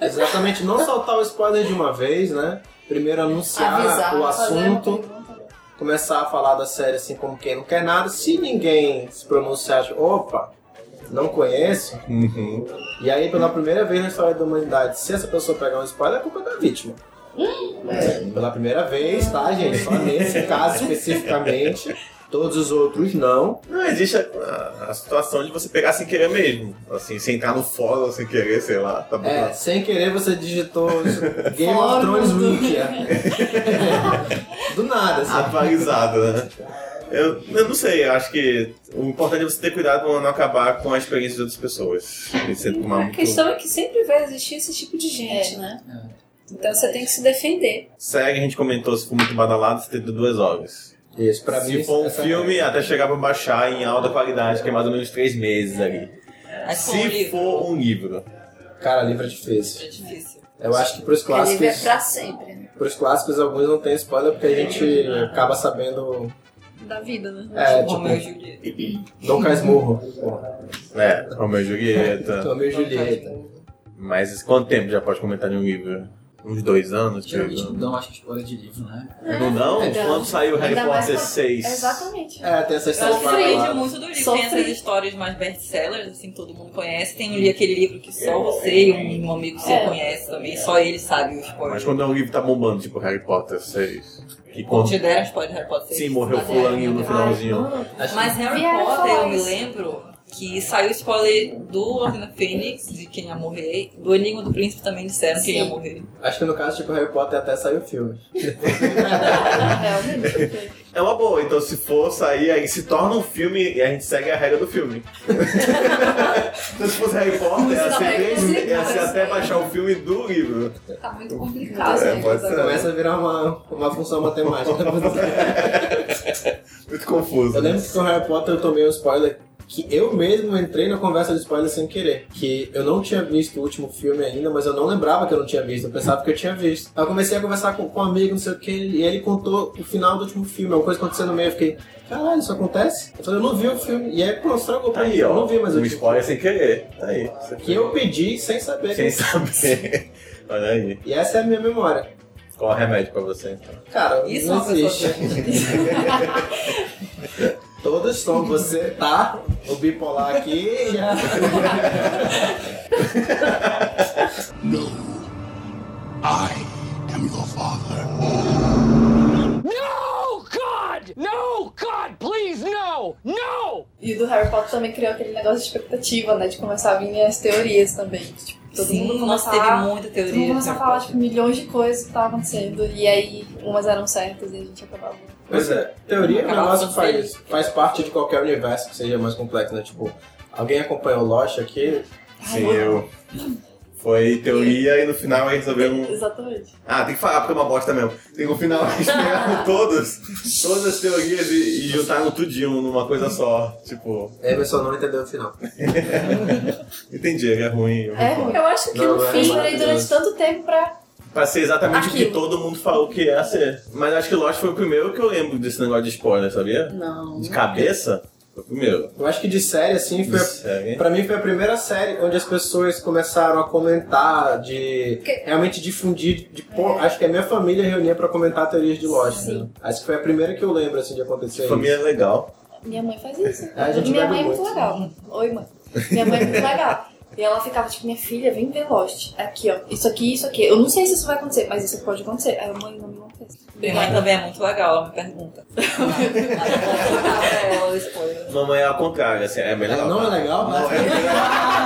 [SPEAKER 1] Exatamente, não soltar o spoiler de uma vez, né? Primeiro anunciar
[SPEAKER 2] Avisar, né, um
[SPEAKER 1] o
[SPEAKER 4] Fazer uma
[SPEAKER 1] assunto,
[SPEAKER 4] pergunta.
[SPEAKER 1] começar a falar da série assim como quem não quer nada, se ninguém se pronunciar, tipo, opa, não conheço,
[SPEAKER 5] Uhum.
[SPEAKER 1] e aí pela primeira vez na história da humanidade, se essa pessoa pegar um spoiler, é culpa da vítima. É, pela primeira vez, tá, gente? Só nesse caso especificamente. Todos os outros não.
[SPEAKER 5] Não existe a, a situação de você pegar sem querer mesmo. Assim, sem entrar no fórum sem querer, sei lá, tá bom.
[SPEAKER 1] É, sem querer você digitou isso, Game of
[SPEAKER 4] Fórum
[SPEAKER 1] Thrones
[SPEAKER 4] do-
[SPEAKER 2] (laughs)
[SPEAKER 1] Wikia. Do nada, assim.
[SPEAKER 5] Atualizado, né? Eu, eu não sei, eu acho que o importante é você ter cuidado pra não acabar com a experiência de outras pessoas. E você tomar
[SPEAKER 2] A
[SPEAKER 5] muito-
[SPEAKER 2] questão é que sempre vai existir esse tipo de gente, né? Então você tem que se defender.
[SPEAKER 5] Segue, a gente comentou se for muito badalado, você tem duas horas.
[SPEAKER 1] Isso, pra
[SPEAKER 5] se
[SPEAKER 1] mim.
[SPEAKER 5] for um
[SPEAKER 1] essa- é
[SPEAKER 5] filme, até chegar pra baixar em alta qualidade, que é mais ou menos três meses ali.
[SPEAKER 6] Mas com o
[SPEAKER 5] Se
[SPEAKER 6] É tipo livro,
[SPEAKER 5] for um livro.
[SPEAKER 1] Cara, livro é difícil.
[SPEAKER 6] é difícil.
[SPEAKER 1] Eu acho que pros
[SPEAKER 2] Porque livro é
[SPEAKER 1] clássicos.
[SPEAKER 2] pra sempre, né?
[SPEAKER 1] Pros clássicos, alguns não tem spoiler porque a gente acaba sabendo.
[SPEAKER 2] Da vida, né?
[SPEAKER 1] É,
[SPEAKER 6] Romeu e
[SPEAKER 1] tipo,
[SPEAKER 6] Julieta.
[SPEAKER 1] Dom Casmurro.
[SPEAKER 5] Tá.
[SPEAKER 1] Porra,
[SPEAKER 5] É, Romeu e Julieta.
[SPEAKER 1] Tomeu e Julieta.
[SPEAKER 5] Mas quanto tempo já pode comentar de um livro? Uns dois anos?
[SPEAKER 7] Geralmente
[SPEAKER 5] Três
[SPEAKER 7] não
[SPEAKER 5] anos?
[SPEAKER 7] dão, acho que spoiler de livro, né?
[SPEAKER 5] Não, não?
[SPEAKER 2] É, não.
[SPEAKER 5] Quando saiu Harry
[SPEAKER 2] Ainda mais
[SPEAKER 5] Potter
[SPEAKER 2] quando-
[SPEAKER 5] 6?
[SPEAKER 2] Exatamente.
[SPEAKER 1] É, tem essas
[SPEAKER 6] Eu acho que depende
[SPEAKER 1] palavras.
[SPEAKER 6] muito do livro.
[SPEAKER 4] Sofri.
[SPEAKER 6] Tem essas histórias mais best-sellers, assim, todo mundo conhece. Tem ali aquele livro que só você e um amigo seu
[SPEAKER 4] É.
[SPEAKER 6] conhece também. Só ele sabe o spoiler.
[SPEAKER 5] Mas quando é um livro que tá bombando, tipo Harry Potter 6. Que conta.
[SPEAKER 6] Te deram spoiler de Harry Potter.
[SPEAKER 5] Sim, morreu
[SPEAKER 1] é
[SPEAKER 5] fulaninho no finalzinho.
[SPEAKER 6] Mas Harry
[SPEAKER 4] Vieram
[SPEAKER 6] Potter,
[SPEAKER 4] falar
[SPEAKER 6] eu me
[SPEAKER 4] isso.
[SPEAKER 6] lembro que saiu spoiler do Ordem da Fênix, de quem ia morrer. Do Enigma do Príncipe também disseram quem ia
[SPEAKER 4] Sim.
[SPEAKER 6] morrer.
[SPEAKER 1] Acho que no caso, tipo, Harry Potter até saiu o filme.
[SPEAKER 4] É, Realmente.
[SPEAKER 5] É uma boa, então se for sair, aí se torna um filme e a gente segue a regra
[SPEAKER 1] (laughs)
[SPEAKER 5] do filme. então se fosse Harry Potter, ia
[SPEAKER 2] Não,
[SPEAKER 5] ser,
[SPEAKER 2] é
[SPEAKER 5] mesmo- ia ser
[SPEAKER 2] complicado,
[SPEAKER 5] até
[SPEAKER 2] né?
[SPEAKER 5] baixar o filme do livro.
[SPEAKER 2] Tá muito complicado.
[SPEAKER 5] (laughs) É,
[SPEAKER 2] né?
[SPEAKER 5] pode ser.
[SPEAKER 1] Começa a virar uma, uma função matemática.
[SPEAKER 5] Muito confuso.
[SPEAKER 1] Eu
[SPEAKER 5] né?
[SPEAKER 1] lembro que com Harry Potter eu tomei um spoiler que eu mesmo entrei na conversa de spoiler sem querer. Que eu não tinha visto o último filme ainda, mas eu não lembrava que eu não tinha visto, eu pensava que eu tinha visto. Aí eu comecei a conversar com, com um amigo, não sei o que, e ele contou o final do último filme, alguma coisa aconteceu no meio, eu fiquei, caralho, isso acontece? Eu falei, eu não vi o filme. E aí, pronto, estragou
[SPEAKER 5] Tá
[SPEAKER 1] pra mim,
[SPEAKER 5] aí, ó.
[SPEAKER 1] eu não vi mais o
[SPEAKER 5] um
[SPEAKER 1] último
[SPEAKER 5] spoiler sem querer. Tá aí.
[SPEAKER 1] filme. Que eu pedi sem saber.
[SPEAKER 5] Sem saber. (laughs) Olha aí.
[SPEAKER 1] E essa é a minha memória.
[SPEAKER 5] Qual é o remédio pra você, então?
[SPEAKER 1] Cara,
[SPEAKER 6] Isso é
[SPEAKER 1] não
[SPEAKER 6] uma pessoa
[SPEAKER 1] existe.
[SPEAKER 6] que...
[SPEAKER 1] (laughs) Todos são, você tá, o bipolar aqui já.
[SPEAKER 8] No, I am your father.
[SPEAKER 9] No, God! No, God, please, no! No!
[SPEAKER 4] E do Harry Potter também criou aquele negócio de expectativa, né? De começar a vir as teorias também. Tipo, todo
[SPEAKER 6] Sim,
[SPEAKER 4] mundo
[SPEAKER 6] nossa,
[SPEAKER 4] começar
[SPEAKER 6] teve
[SPEAKER 4] a-
[SPEAKER 6] muita
[SPEAKER 4] Todo
[SPEAKER 6] teoria.
[SPEAKER 4] mundo começou a
[SPEAKER 6] Harry
[SPEAKER 4] falar,
[SPEAKER 6] Potter.
[SPEAKER 4] tipo, milhões de coisas que estavam acontecendo. E aí, umas eram certas e a gente acabava.
[SPEAKER 1] Pois é, teoria é um
[SPEAKER 6] Acabar
[SPEAKER 1] negócio que
[SPEAKER 6] sendo
[SPEAKER 1] faz, faz parte de qualquer universo que seja mais complexo, né? Tipo, alguém acompanhou Lost aqui?
[SPEAKER 5] Sim, eu. Foi teoria e no final aí resolveu um.
[SPEAKER 4] Exatamente.
[SPEAKER 5] Ah, tem que falar porque é uma bosta mesmo. Tem que no final eles pegaram todas, todas as teorias e, e juntaram tudinho numa coisa só. Tipo,
[SPEAKER 1] Emerson não entendeu o final.
[SPEAKER 5] entendi, é ruim. eu
[SPEAKER 4] É
[SPEAKER 5] concordo.
[SPEAKER 4] ruim.
[SPEAKER 2] Eu acho que
[SPEAKER 1] Não,
[SPEAKER 2] no
[SPEAKER 1] não é
[SPEAKER 4] Eu
[SPEAKER 2] fim.
[SPEAKER 4] chorei durante tanto tempo pra.
[SPEAKER 5] Pra ser exatamente o que
[SPEAKER 4] Aquilo.
[SPEAKER 5] todo mundo falou que ia ser. Mas acho que Lost foi o primeiro que eu lembro desse negócio de spoiler, sabia?
[SPEAKER 2] Não.
[SPEAKER 5] De cabeça, foi o primeiro.
[SPEAKER 1] Eu acho que de série, assim, foi a-
[SPEAKER 5] Segue.
[SPEAKER 1] pra mim foi a primeira série onde as pessoas começaram a comentar, de
[SPEAKER 2] Que-
[SPEAKER 1] realmente difundir. De,
[SPEAKER 6] É.
[SPEAKER 1] pô, Acho que a minha família reunia pra comentar teorias de Lost. Né? Acho que foi a primeira que eu lembro, assim, de acontecer.
[SPEAKER 5] Família é legal.
[SPEAKER 4] Minha mãe faz isso.
[SPEAKER 1] (laughs) A gente
[SPEAKER 4] minha
[SPEAKER 1] bebe
[SPEAKER 4] mãe é muito
[SPEAKER 1] muito.
[SPEAKER 4] legal. Oi, mãe. Minha mãe é muito legal. E ela ficava tipo, minha filha, vem ver Lost. Aqui, ó. Isso aqui, isso aqui. Eu não sei se isso vai acontecer, mas isso pode acontecer. Aí a mãe não me acontece.
[SPEAKER 6] Minha mãe também é muito legal, ela
[SPEAKER 4] (laughs)
[SPEAKER 6] me pergunta.
[SPEAKER 5] Mamãe é ao contrário, assim, é melhor.
[SPEAKER 1] Ela não é legal,
[SPEAKER 5] Não, é legal.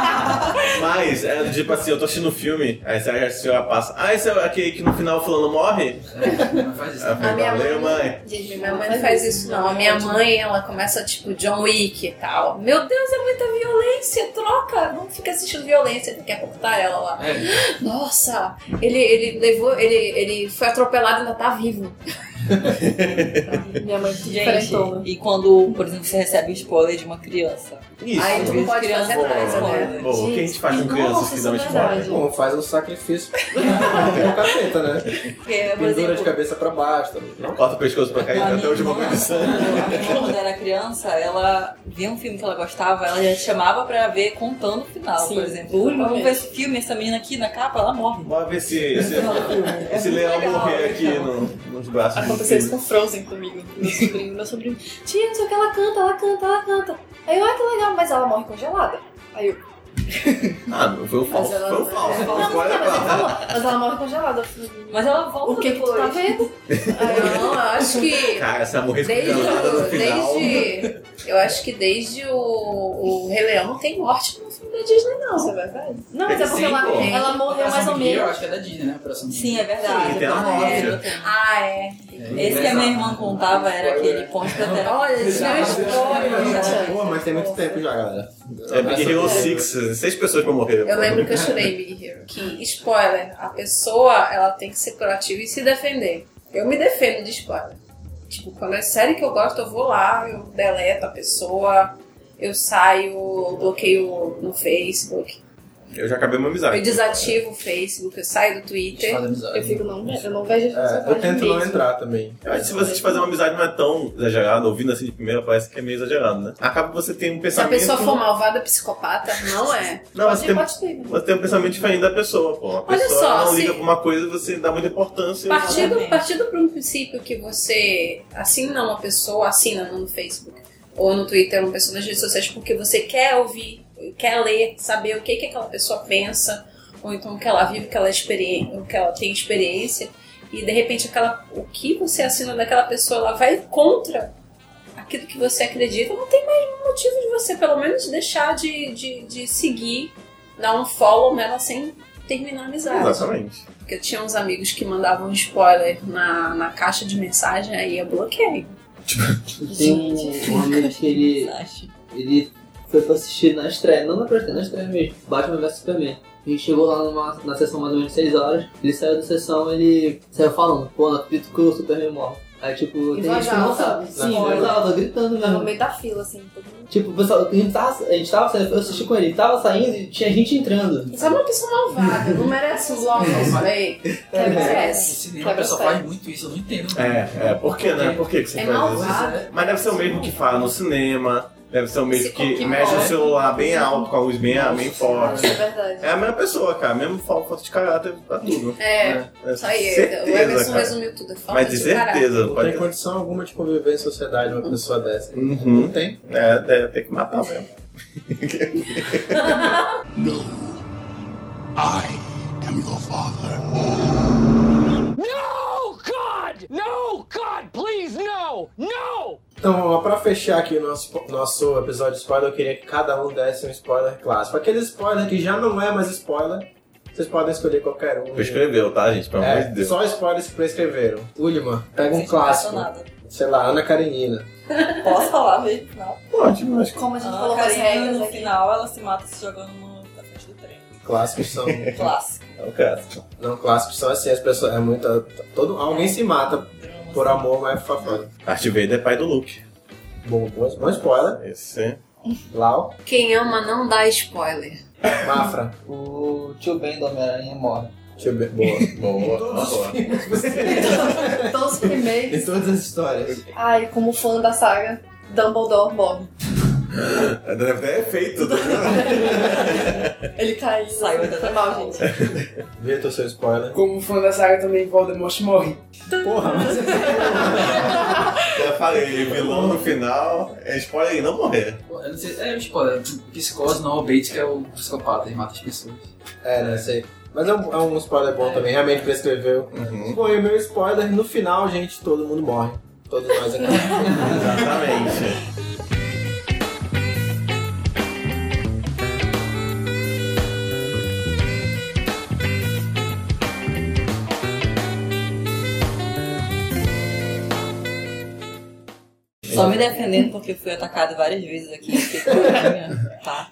[SPEAKER 5] Mas mas é tipo assim, eu tô assistindo um filme, aí você- aí a senhora passa, ah, esse é aquele que no final fulano morre?
[SPEAKER 7] É, não faz isso.
[SPEAKER 5] Aí eu falo,
[SPEAKER 2] minha
[SPEAKER 5] valeu,
[SPEAKER 2] mãe-
[SPEAKER 5] mãe.
[SPEAKER 2] Gente, minha mãe não faz isso, não. A minha mãe, ela começa tipo John Wick e tal. Meu Deus, é muita violência, troca! Não fica assistindo violência, quer cortar ela lá.
[SPEAKER 7] É,
[SPEAKER 2] Nossa, ele, ele levou, ele, ele foi atropelado e ainda tá vivo.
[SPEAKER 4] Minha mãe que
[SPEAKER 6] Gente,
[SPEAKER 4] diferentona.
[SPEAKER 6] e quando, por exemplo, você recebe o spoiler de uma criança?
[SPEAKER 5] Isso.
[SPEAKER 2] Aí tu não pode fazer
[SPEAKER 5] Pô,
[SPEAKER 2] nada, né?
[SPEAKER 5] pô, o que a gente faz com
[SPEAKER 4] Nossa,
[SPEAKER 5] crianças que
[SPEAKER 4] isso
[SPEAKER 5] dão
[SPEAKER 4] é
[SPEAKER 5] spoiler?
[SPEAKER 4] verdade.
[SPEAKER 1] Bom, faz um sacrifício. (laughs) Tem um capeta, né?
[SPEAKER 6] Porque, por
[SPEAKER 1] Pendura de
[SPEAKER 4] assim,
[SPEAKER 6] exemplo,
[SPEAKER 1] cabeça pra baixo. Tá?
[SPEAKER 5] Não corta o pescoço pra cair
[SPEAKER 6] a
[SPEAKER 5] até
[SPEAKER 6] minha
[SPEAKER 5] o último
[SPEAKER 6] irmã,
[SPEAKER 5] sangue.
[SPEAKER 6] quando era criança, ela via um filme que ela gostava, ela já chamava pra ver contando o final,
[SPEAKER 4] Sim,
[SPEAKER 6] por exemplo. "Ui, Vamos
[SPEAKER 4] exatamente.
[SPEAKER 6] ver esse filme, essa menina aqui na capa, ela morre.
[SPEAKER 5] Bora ver se esse, esse leão
[SPEAKER 6] é legal,
[SPEAKER 5] morrer aqui
[SPEAKER 6] legal.
[SPEAKER 5] no, nos braços do
[SPEAKER 4] Aconteceu isso
[SPEAKER 5] filho.
[SPEAKER 4] com Frozen comigo, meu sobrinho, meu sobrinho. Tia, não sei o que, ela canta, ela canta, ela canta. Aí eu, ah, que legal, mas ela morre congelada. Aí eu,
[SPEAKER 5] Ah, não, foi o falso.
[SPEAKER 4] ela-
[SPEAKER 5] Foi o
[SPEAKER 2] tá-
[SPEAKER 5] falso.
[SPEAKER 4] não, mas, mas,
[SPEAKER 5] Olha pra
[SPEAKER 4] ela
[SPEAKER 5] lá.
[SPEAKER 4] falou, mas ela morre congelada. Eu falei,
[SPEAKER 6] Mas ela volta
[SPEAKER 4] O que que tu tá
[SPEAKER 6] depois.
[SPEAKER 4] vendo? Aí eu,
[SPEAKER 2] Não, eu acho que
[SPEAKER 5] Cara, essa morrer
[SPEAKER 2] desde,
[SPEAKER 5] escancarada no tá final.
[SPEAKER 2] desde eu acho que desde o, o Rei Leão não tem morte no filme da Disney não, você vai ver.
[SPEAKER 4] não, mas é porque
[SPEAKER 5] Sim,
[SPEAKER 4] ela,
[SPEAKER 5] pô.
[SPEAKER 4] ela morreu Então, mais
[SPEAKER 7] Operação
[SPEAKER 4] ou
[SPEAKER 7] Big Hero,
[SPEAKER 4] menos.
[SPEAKER 7] acho que é da Disney, né? Operação
[SPEAKER 6] Sim, é verdade.
[SPEAKER 5] Sim, tem a
[SPEAKER 6] Então,
[SPEAKER 5] morte.
[SPEAKER 6] é, tem.
[SPEAKER 2] Ah, é.
[SPEAKER 6] Esse que a minha irmã contava era aquele ponto que eu até...
[SPEAKER 2] Olha, isso não é spoiler.
[SPEAKER 1] Pô, mas tem muito tempo já, galera.
[SPEAKER 5] É Big Hero 6, seis pessoas pra morrer.
[SPEAKER 2] Eu lembro que eu chorei em Big Hero. Que, spoiler, a pessoa ela tem que ser proativa e se defender. Eu me defendo de spoiler. Tipo, quando é série que eu gosto, eu vou lá, eu deleto a pessoa, eu saio, bloqueio no Facebook,
[SPEAKER 5] Eu já acabei uma
[SPEAKER 2] eu
[SPEAKER 5] amizade.
[SPEAKER 2] desativo o Facebook, eu saio do Twitter.
[SPEAKER 4] Eu
[SPEAKER 7] né?
[SPEAKER 4] fico, não, eu não vejo essa
[SPEAKER 1] É, eu
[SPEAKER 4] personagem
[SPEAKER 1] tento não
[SPEAKER 4] mesmo.
[SPEAKER 1] entrar também.
[SPEAKER 5] Eu acho que se você te fazer uma amizade não é tão exagerada, ouvindo assim de primeira, parece que é meio exagerado, né? Acaba que você tem um
[SPEAKER 2] Se a
[SPEAKER 5] pensamento.
[SPEAKER 2] pessoa for malvada, psicopata, não é.
[SPEAKER 5] Não, você tem,
[SPEAKER 4] Pode ter, né?
[SPEAKER 5] você tem um pensamento diferente da pessoa, pô. A
[SPEAKER 2] Olha
[SPEAKER 5] pessoa
[SPEAKER 2] só,
[SPEAKER 5] não
[SPEAKER 2] se-
[SPEAKER 5] liga pra uma coisa e você dá muita importância.
[SPEAKER 2] Partindo,
[SPEAKER 6] Exatamente.
[SPEAKER 2] partindo para um princípio que você assina uma pessoa, assina no Facebook ou no Twitter uma pessoa nas redes sociais porque você quer ouvir, quer ler, saber o que, que aquela pessoa pensa, ou então o que ela vive, o que ela, experi- o que ela tem experiência, e de repente aquela, o que você assina daquela pessoa ela vai contra aquilo que você acredita, não tem mais nenhum motivo de você pelo menos deixar de, de, de seguir, dar um follow nela sem terminar a amizade.
[SPEAKER 5] Exatamente.
[SPEAKER 2] Porque eu tinha uns amigos que mandavam spoiler na, na caixa de mensagem, aí eu bloqueei.
[SPEAKER 10] Tem um, um amigo que ele,
[SPEAKER 6] Acho.
[SPEAKER 10] ele foi pra assistir na estreia, não na pré-estreia, na estreia mesmo, Batman vs Superman. A gente chegou lá numa, na sessão mais ou menos 6 horas, ele saiu da sessão ele saiu falando, pô, não acredito que o Superman morre. Aí tipo,
[SPEAKER 4] Em
[SPEAKER 10] tem gente
[SPEAKER 4] voz
[SPEAKER 10] que não
[SPEAKER 4] alta,
[SPEAKER 10] sabe.
[SPEAKER 4] sim.
[SPEAKER 10] Não, mas ela tá gritando
[SPEAKER 4] No
[SPEAKER 10] mesmo.
[SPEAKER 4] meio da fila, assim, todo mundo.
[SPEAKER 10] Tipo, o pessoal, a gente tava, a gente tava saindo, eu assisti com ele, ele tava saindo e tinha gente entrando.
[SPEAKER 2] Isso é uma pessoa malvada, não merece um bloco
[SPEAKER 5] Hum.
[SPEAKER 2] isso aí.
[SPEAKER 4] É,
[SPEAKER 1] É.
[SPEAKER 7] No
[SPEAKER 2] Merece.
[SPEAKER 7] cinema, o pessoal faz muito isso, eu não entendo.
[SPEAKER 5] É, é. Por que, né? Por que, que você
[SPEAKER 2] É
[SPEAKER 5] faz isso?
[SPEAKER 2] malvado.
[SPEAKER 5] Mas deve ser o mesmo que fala no cinema, deve ser o mesmo
[SPEAKER 4] Se
[SPEAKER 5] que,
[SPEAKER 4] que
[SPEAKER 5] mexe no
[SPEAKER 4] morre.
[SPEAKER 5] celular bem alto, com a luz bem, ah, bem forte.
[SPEAKER 4] É verdade.
[SPEAKER 5] É a mesma pessoa, cara. Mesmo fal- falta de caráter pra tudo.
[SPEAKER 2] É,
[SPEAKER 5] É
[SPEAKER 2] isso aí. o
[SPEAKER 5] certeza,
[SPEAKER 2] Everson
[SPEAKER 5] cara.
[SPEAKER 2] resumiu tudo. é Falta
[SPEAKER 5] Mas de
[SPEAKER 2] de caráter.
[SPEAKER 5] certeza,
[SPEAKER 1] Não
[SPEAKER 5] pode
[SPEAKER 1] tem
[SPEAKER 5] ter
[SPEAKER 1] condição alguma de conviver em sociedade uma pessoa dessa.
[SPEAKER 5] Uhum.
[SPEAKER 1] Não tem.
[SPEAKER 5] É, deve ter que matar mesmo.
[SPEAKER 8] No, I am your father.
[SPEAKER 9] No, God! No, God, please, no! No!
[SPEAKER 1] Então, vamos lá, pra fechar aqui o nosso, nosso episódio de spoiler, eu queria que cada um desse um spoiler clássico. Aquele spoiler que já não é mais spoiler, vocês podem escolher qualquer um.
[SPEAKER 5] Prescreveu, tá, gente? Pelo amor de
[SPEAKER 1] É,
[SPEAKER 5] Deus.
[SPEAKER 1] só spoilers que prescreveram. Uliman, pega um
[SPEAKER 4] tá
[SPEAKER 6] Vocês não
[SPEAKER 1] clássico.
[SPEAKER 6] passam nada.
[SPEAKER 1] Sei lá, Ana Karenina.
[SPEAKER 6] Posso falar mesmo? Não.
[SPEAKER 5] Ótimo, mas
[SPEAKER 4] Como a gente
[SPEAKER 6] Ah,
[SPEAKER 4] falou mais
[SPEAKER 6] Karina,
[SPEAKER 4] regras
[SPEAKER 6] no
[SPEAKER 4] aqui.
[SPEAKER 6] final, ela se mata se jogando no, na frente do trem.
[SPEAKER 1] Clássicos (laughs) são.
[SPEAKER 6] Clássico.
[SPEAKER 5] é o cara.
[SPEAKER 1] não, clássicos são assim, as pessoas. É muito. Todo, alguém se mata
[SPEAKER 6] Drama.
[SPEAKER 1] por amor, mas fafando.
[SPEAKER 5] Darth Vader é pai do Luke.
[SPEAKER 1] Bom, bom, bom spoiler.
[SPEAKER 5] Esse.
[SPEAKER 1] Lau,
[SPEAKER 2] Quem ama não dá spoiler.
[SPEAKER 1] Mafra.
[SPEAKER 10] O tio Ben do Homem-Aranha morre.
[SPEAKER 1] Deixa eu ver. (laughs) Boa.
[SPEAKER 5] Boa, boa.
[SPEAKER 4] (laughs) Todos os primeiros.
[SPEAKER 1] Em todas as histórias.
[SPEAKER 4] Ai, como fã da saga, Dumbledore morre.
[SPEAKER 5] Deve ter né? efeito.
[SPEAKER 4] Ele caiu.
[SPEAKER 6] Saiu
[SPEAKER 4] (laughs)
[SPEAKER 6] da
[SPEAKER 4] Foi mal, gente.
[SPEAKER 1] Vitor, seu spoiler.
[SPEAKER 3] Como fã da saga também, Voldemort morre.
[SPEAKER 1] Porra, mas
[SPEAKER 5] Já falei, vilão no final. É spoiler aí, não morrer.
[SPEAKER 7] Eu não sei, é, tipo, é, psicose não obediente, que é o psicopata, ele mata as pessoas.
[SPEAKER 1] É, não sei. Mas é um, é um spoiler bom também, realmente prescreveu.
[SPEAKER 5] Uhum.
[SPEAKER 1] Bom, e o meu spoiler, no final, gente, todo mundo morre. Todos nós aqui. (laughs)
[SPEAKER 5] Exatamente.
[SPEAKER 6] Só me defendendo porque eu fui atacada várias vezes aqui. fiquei coitadinha, tá?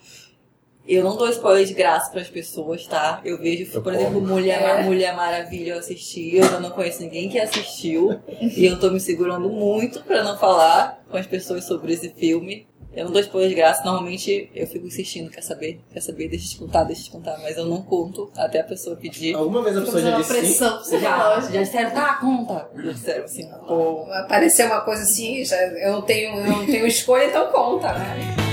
[SPEAKER 6] Eu não dou spoiler de graça pras pessoas, tá? Eu vejo,
[SPEAKER 5] Eu
[SPEAKER 6] por exemplo, Mulher, Ma- Mulher Maravilha eu assisti, eu ainda não conheço ninguém que assistiu. e eu tô me segurando muito pra não falar com as pessoas sobre esse filme. Eu não dou spoiler de graça, normalmente eu fico insistindo, quer saber? Quer saber? Deixa eu te contar, deixa eu te contar. Mas eu não conto até a pessoa pedir.
[SPEAKER 1] Alguma vez a pessoa já
[SPEAKER 4] uma
[SPEAKER 1] disse sim?
[SPEAKER 4] pressão
[SPEAKER 6] Já,
[SPEAKER 4] psicológica.
[SPEAKER 6] já disseram, tá, conta. Já disseram assim, pô,
[SPEAKER 2] Aparecer uma coisa assim, já, eu, não tenho, eu não tenho escolha, então conta, né?